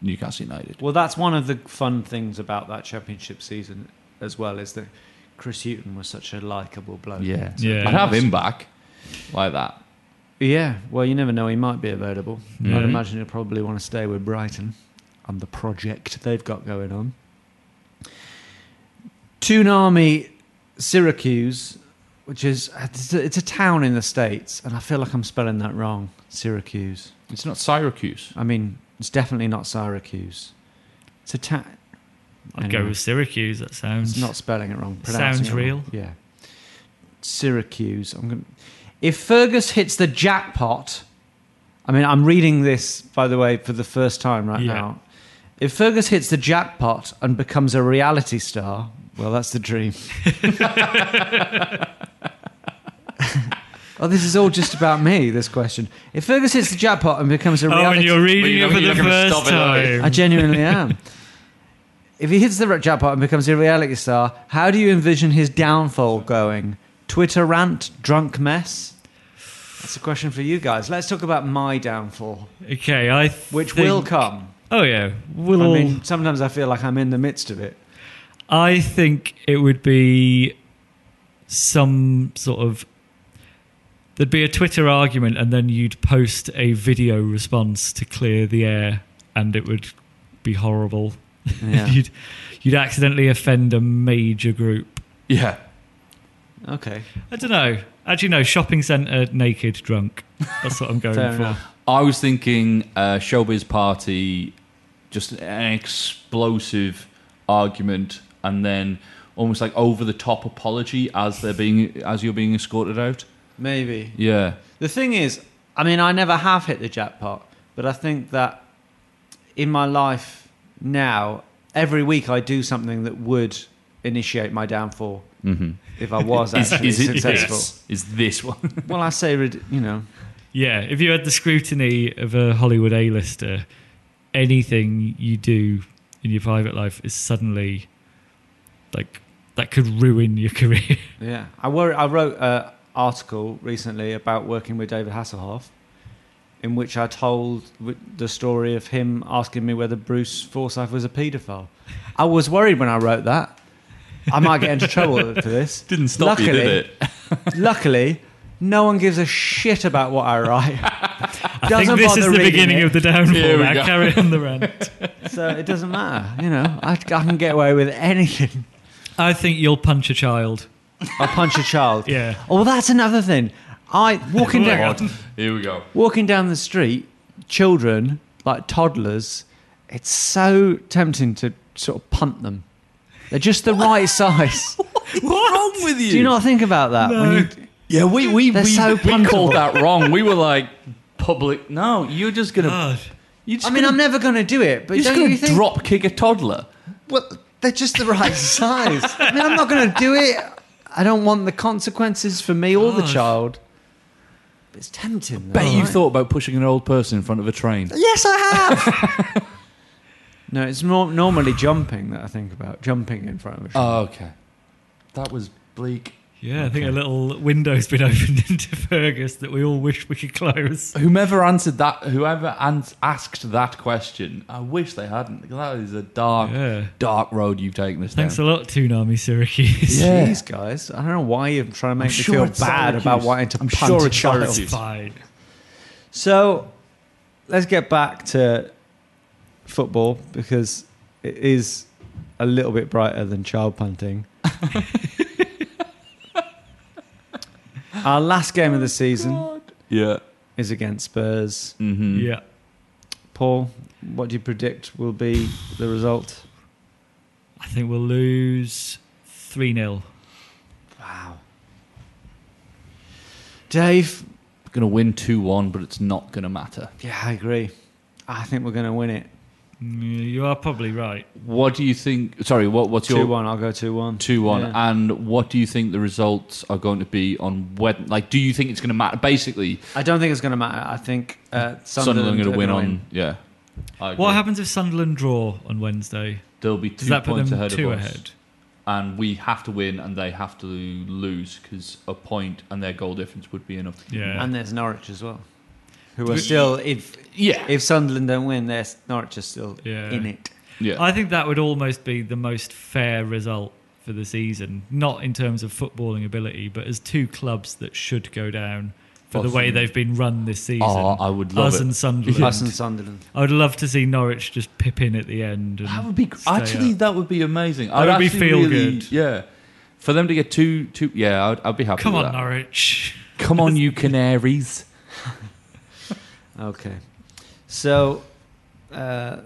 Speaker 4: Newcastle United.
Speaker 2: Well, that's one of the fun things about that championship season as well is that Chris Hughton was such a likable bloke.
Speaker 4: Yeah,
Speaker 3: Yeah.
Speaker 4: I'd have him back like that.
Speaker 2: Yeah, well, you never know. He might be available.
Speaker 3: Yeah.
Speaker 2: I'd imagine he'll probably want to stay with Brighton and the project they've got going on. Toonami, Syracuse, which is it's a, it's a town in the states, and I feel like I'm spelling that wrong. Syracuse.
Speaker 4: It's not Syracuse.
Speaker 2: I mean, it's definitely not Syracuse. It's a town.
Speaker 3: I'd
Speaker 2: Anyway.
Speaker 3: go with Syracuse. That sounds
Speaker 2: It's not spelling it wrong.
Speaker 3: Sounds
Speaker 2: pronouncing it wrong.
Speaker 3: real.
Speaker 2: Yeah. Syracuse. I'm going. If Fergus hits the jackpot, I mean, I'm reading this by the way for the first time right
Speaker 3: Yeah.
Speaker 2: now. If Fergus hits the jackpot and becomes a reality star, well, that's the dream. oh, this is all just about me. This question. If Fergus hits the jackpot and becomes a
Speaker 3: Oh,
Speaker 2: reality,
Speaker 3: and you're reading
Speaker 4: Well,
Speaker 3: it for
Speaker 4: you're
Speaker 3: the
Speaker 4: not gonna stop
Speaker 3: first
Speaker 4: it, are you?
Speaker 3: time.
Speaker 2: I genuinely am. If he hits the red jackpot and becomes a reality star, how do you envision his downfall going? Twitter rant, drunk mess? That's a question for you guys. Let's talk about my downfall,
Speaker 3: Okay, I
Speaker 2: which
Speaker 3: think-
Speaker 2: will come.
Speaker 3: Oh yeah, we'll.
Speaker 2: I
Speaker 3: all-
Speaker 2: mean, sometimes I feel like I'm in the midst of it.
Speaker 3: I think it would be some sort of. There'd be a Twitter argument, and then you'd post a video response to clear the air, and it would be horrible.
Speaker 2: Yeah.
Speaker 3: you'd, you'd accidentally offend a major group.
Speaker 4: Yeah,
Speaker 2: okay.
Speaker 3: I don't know. Actually, no. Shopping centre, naked, drunk. That's what I'm going
Speaker 2: Fair
Speaker 3: for.
Speaker 2: enough.
Speaker 4: I was thinking uh, showbiz party, just an explosive argument, and then almost like over the top apology as they're being as you're being escorted out.
Speaker 2: Maybe.
Speaker 4: Yeah,
Speaker 2: The thing is, I mean, I never have hit the jackpot, but I think that in my life now, every week I do something that would initiate my downfall if I was actually
Speaker 4: Mm-hmm. is it
Speaker 2: successful.
Speaker 4: this? Is this one?
Speaker 2: Well, I say, rid- you know,
Speaker 3: Yeah, if you had the scrutiny of a Hollywood A-lister, anything you do in your private life is suddenly like that could ruin your career.
Speaker 2: yeah. I, worry, I wrote an article recently about working with David Hasselhoff. In which I told w- the story of him asking me whether Bruce Forsyth was a paedophile. I was worried when I wrote that. I might get into trouble for this.
Speaker 4: Didn't stop you,
Speaker 2: Luckily,
Speaker 4: did it?
Speaker 2: Luckily, no one gives a shit about what I write.
Speaker 3: I think this is the
Speaker 2: reading
Speaker 3: beginning
Speaker 2: it,
Speaker 3: of the downfall.
Speaker 4: Here we
Speaker 3: now.
Speaker 4: go.
Speaker 3: Carry on the rant.
Speaker 2: so it doesn't matter. You know, I, I can get away with anything.
Speaker 3: I think you'll punch a child.
Speaker 2: I punch a child.
Speaker 3: Yeah.
Speaker 2: Oh, well, that's another thing. I walking down
Speaker 4: God. Here we go.
Speaker 2: walking down the street, children like toddlers. It's so tempting to sort of punt them. They're just the right size.
Speaker 4: What's wrong with you?
Speaker 2: Do you not think about that? When you,
Speaker 4: Yeah, we we
Speaker 2: They're
Speaker 4: we,
Speaker 2: so
Speaker 4: we
Speaker 2: puntable.
Speaker 4: called that wrong. We were like public. No, you're just gonna.
Speaker 3: God.
Speaker 4: You're
Speaker 2: I
Speaker 4: just
Speaker 2: mean,
Speaker 4: gonna,
Speaker 2: I'm never going to do it, but
Speaker 4: You're just
Speaker 2: don't
Speaker 4: gonna
Speaker 2: you think?
Speaker 4: drop kick a toddler.
Speaker 2: Well, they're just the right size. I mean, I'm not going to do it. I don't want the consequences for me or the
Speaker 3: Gosh.
Speaker 2: child. But it's tempting.
Speaker 4: Oh. Bet
Speaker 2: though,
Speaker 4: you
Speaker 2: right?
Speaker 4: thought about pushing an old person in front of a train.
Speaker 2: Yes, I have. no, it's nor normally jumping that I think about. Jumping in front of a shark.
Speaker 4: Oh, okay. That was bleak.
Speaker 3: Yeah, I think a little window's been opened into Fergus that we all wish we could close.
Speaker 4: Whomever answered that, whoever ans- asked that question, I wish they hadn't. Because that is a dark,
Speaker 3: Yeah.
Speaker 4: dark road you've taken this
Speaker 3: Thanks
Speaker 4: down.
Speaker 3: a lot, Toonami Syracuse.
Speaker 4: Yeah.
Speaker 2: Jeez, guys. I don't know why you're trying to make me
Speaker 4: sure
Speaker 2: feel
Speaker 4: it's
Speaker 2: bad
Speaker 4: Syracuse.
Speaker 2: about wanting to
Speaker 4: I'm
Speaker 2: punch
Speaker 4: sure
Speaker 2: a
Speaker 4: it's
Speaker 2: child.
Speaker 3: It's
Speaker 4: Syracuse.
Speaker 3: fine.
Speaker 2: So let's get back to football because it is a little bit brighter than child punting. Our last game of the season
Speaker 4: Yeah.
Speaker 2: is against Spurs.
Speaker 4: Mm-hmm.
Speaker 3: Yeah.
Speaker 2: Paul, what do you predict will be the result?
Speaker 3: I think we'll lose 3 0.
Speaker 2: Wow. Dave,
Speaker 4: Gonna win two one, but it's not gonna matter.
Speaker 2: yeah, I agree. I think we're going to win it.
Speaker 3: Mm, You are probably right.
Speaker 4: What do you think? Sorry, what what's your
Speaker 2: 2 1, I'll go 2 1.
Speaker 4: two one?
Speaker 2: Yeah.
Speaker 4: And what do you think the results are going to be on when? Like, do you think it's gonna matter? Basically,
Speaker 2: I don't think it's going to matter. I think uh, Sunderland,
Speaker 4: Sunderland, are
Speaker 2: are
Speaker 4: gonna win
Speaker 2: gonna
Speaker 4: on yeah. I agree.
Speaker 3: What happens if Sunderland draw on Wednesday?
Speaker 4: They'll be two
Speaker 3: Does that put
Speaker 4: points
Speaker 3: them
Speaker 4: ahead
Speaker 3: two
Speaker 4: of us,
Speaker 3: ahead?
Speaker 4: and we have to win, and they have to lose because a point and their goal difference would be enough. To
Speaker 3: Yeah.
Speaker 2: And there's Norwich as well, who
Speaker 3: Do
Speaker 2: are
Speaker 3: we-
Speaker 2: still if
Speaker 4: yeah,
Speaker 2: if Sunderland don't win, their Norwich are still
Speaker 3: Yeah.
Speaker 2: in it.
Speaker 4: yeah.
Speaker 3: I think that would almost be the most fair result for the season, not in terms of footballing ability, but as two clubs that should go down for the way
Speaker 4: Bottom.
Speaker 3: they've been run this season.
Speaker 4: Oh, I would love
Speaker 3: us
Speaker 4: it.
Speaker 3: and Sunderland.
Speaker 2: Us and Sunderland.
Speaker 3: I would love to see Norwich just pip in at the end. And
Speaker 4: That would be
Speaker 3: stay
Speaker 4: actually.
Speaker 3: up.
Speaker 4: That would be amazing.
Speaker 3: would be
Speaker 4: actually
Speaker 3: feel
Speaker 4: really-
Speaker 3: good.
Speaker 4: Yeah, for them to get two, two. Yeah, I'd, I'd be happy.
Speaker 3: Come
Speaker 4: with
Speaker 3: on,
Speaker 4: that.
Speaker 3: Norwich.
Speaker 4: come on, you canaries.
Speaker 2: Okay, so uh,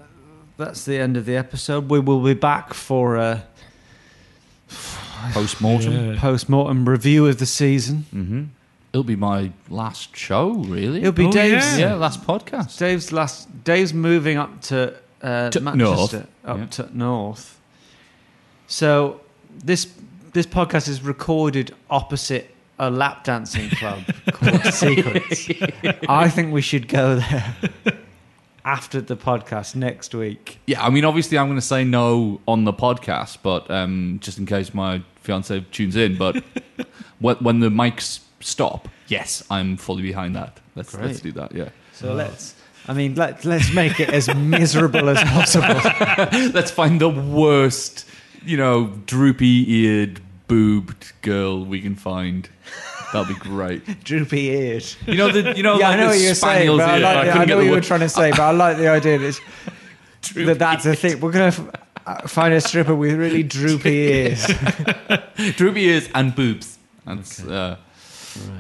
Speaker 2: that's the end of the episode. We will be back for a
Speaker 4: Post mortem.
Speaker 3: Yeah.
Speaker 2: post mortem review of the season.
Speaker 4: Mm-hmm. It'll be my last show, really.
Speaker 2: It'll be
Speaker 3: Oh,
Speaker 2: Dave's.
Speaker 4: yeah, last podcast.
Speaker 2: Dave's last. Dave's moving up to, uh,
Speaker 4: To
Speaker 2: Manchester,
Speaker 4: north.
Speaker 2: up
Speaker 4: Yeah.
Speaker 2: to north. So this this podcast is recorded opposite a lap dancing club called Secrets. I think we should go there after the podcast next week.
Speaker 4: Yeah, I mean, obviously, I'm going to say no on the podcast, but um, just in case my fiance tunes in. But when, when the mics stop, yes, I'm fully behind that. Let's let's
Speaker 2: Great.
Speaker 4: do that. Yeah,
Speaker 2: So let's. I mean, let, let's make it as miserable as possible.
Speaker 4: let's find the worst, you know, droopy-eared, boobed girl we can find. That'll be great.
Speaker 2: Droopy ears.
Speaker 4: You know the you know
Speaker 2: Yeah, I
Speaker 4: like
Speaker 2: know
Speaker 4: the
Speaker 2: what you were saying,
Speaker 4: spaniels
Speaker 2: but I,
Speaker 4: ear.
Speaker 2: like the- I,
Speaker 4: couldn't get
Speaker 2: know
Speaker 4: the
Speaker 2: what you were
Speaker 4: word.
Speaker 2: trying to say, but I like the idea that, it's, that that's a thing. We're going to find a stripper with really droopy ears.
Speaker 4: droopy ears and boobs. That's uh,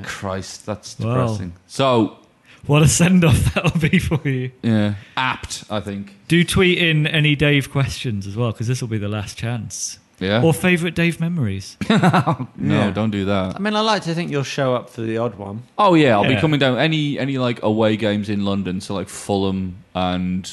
Speaker 4: Christ, that's
Speaker 3: Wow.
Speaker 4: depressing. So
Speaker 3: What a send off that'll be for you.
Speaker 4: yeah, apt, I think.
Speaker 3: Do tweet in any Dave questions as well, because this will be the last chance.
Speaker 4: Yeah.
Speaker 3: Or favourite Dave memories.
Speaker 4: no,
Speaker 2: Yeah.
Speaker 4: don't do
Speaker 2: I
Speaker 4: that.
Speaker 2: mean, I like to think you'll show up for the odd one.
Speaker 4: Oh yeah, I'll be
Speaker 3: Yeah.
Speaker 4: coming down. Any any like away games in London? So like Fulham and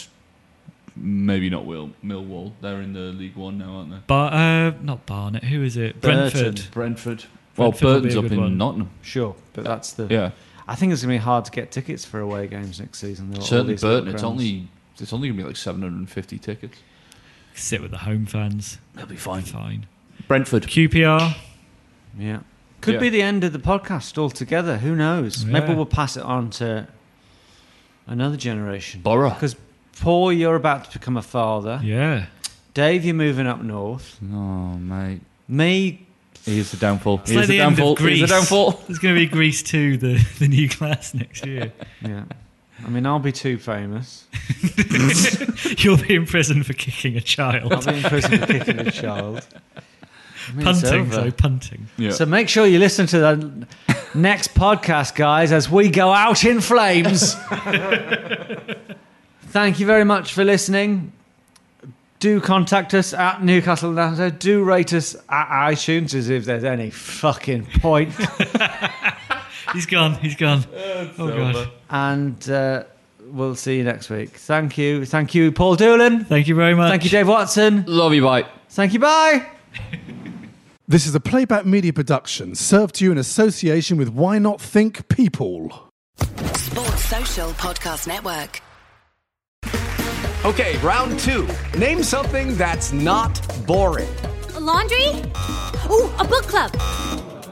Speaker 4: maybe not Will Millwall. They're in the League One now, aren't they?
Speaker 3: Bar- uh, not Barnet. Who is it? Brentford.
Speaker 4: Brentford. Well,
Speaker 3: Brentford will be
Speaker 4: Burton's
Speaker 3: a
Speaker 4: up
Speaker 3: good
Speaker 4: in
Speaker 3: one.
Speaker 4: Nottingham.
Speaker 2: Sure, but that's the.
Speaker 4: Yeah,
Speaker 2: I think it's going to be hard to get tickets for away games next season. though, all
Speaker 4: certainly
Speaker 2: these little
Speaker 4: Burton. It's
Speaker 2: grounds.
Speaker 4: only it's only gonna be like seven hundred and fifty tickets.
Speaker 3: Sit with the home fans.
Speaker 4: They'll be fine.
Speaker 3: Fine.
Speaker 4: Brentford.
Speaker 3: QPR.
Speaker 2: Yeah. Could
Speaker 4: Yeah.
Speaker 2: be the end of the podcast altogether. Who knows? Maybe
Speaker 3: Yeah.
Speaker 2: we'll pass it on to another generation.
Speaker 4: Borough.
Speaker 2: Because, Paul, you're about to become a father.
Speaker 3: Yeah.
Speaker 2: Dave, you're moving up north.
Speaker 4: Oh mate.
Speaker 2: Me,
Speaker 4: Here's the downfall.
Speaker 3: It's like
Speaker 4: Here's the
Speaker 3: the end
Speaker 4: downfall.
Speaker 3: of
Speaker 4: Here's the
Speaker 3: Greece.
Speaker 4: downfall.
Speaker 3: There's going to be Greece 2, the, the new class next year.
Speaker 2: Yeah. I mean, I'll be too famous.
Speaker 3: You'll be in prison for kicking a
Speaker 2: I'll
Speaker 3: child.
Speaker 2: be in prison for kicking a child. I mean, it's
Speaker 3: punting,
Speaker 2: over.
Speaker 3: though, punting.
Speaker 4: Yeah.
Speaker 2: So make sure you listen to the next podcast, guys, as we go out in flames. Thank you very much for listening. Do contact us at Newcastle Natter. Do rate us at iTunes as if there's any fucking point.
Speaker 3: He's gone. He's gone.
Speaker 4: Uh,
Speaker 3: oh, God.
Speaker 2: and uh, we'll see you next week. Thank you. Thank you, Paul Doolan.
Speaker 3: Thank you very much.
Speaker 2: Thank you, Dave Watson.
Speaker 4: Love you, bye.
Speaker 2: Thank you. Bye.
Speaker 5: This is a playback media production served to you in association with Why Not Think People.
Speaker 6: Sports Social Podcast Network.
Speaker 7: Okay, round two. Name something that's not boring.
Speaker 8: A laundry? Ooh, a book club.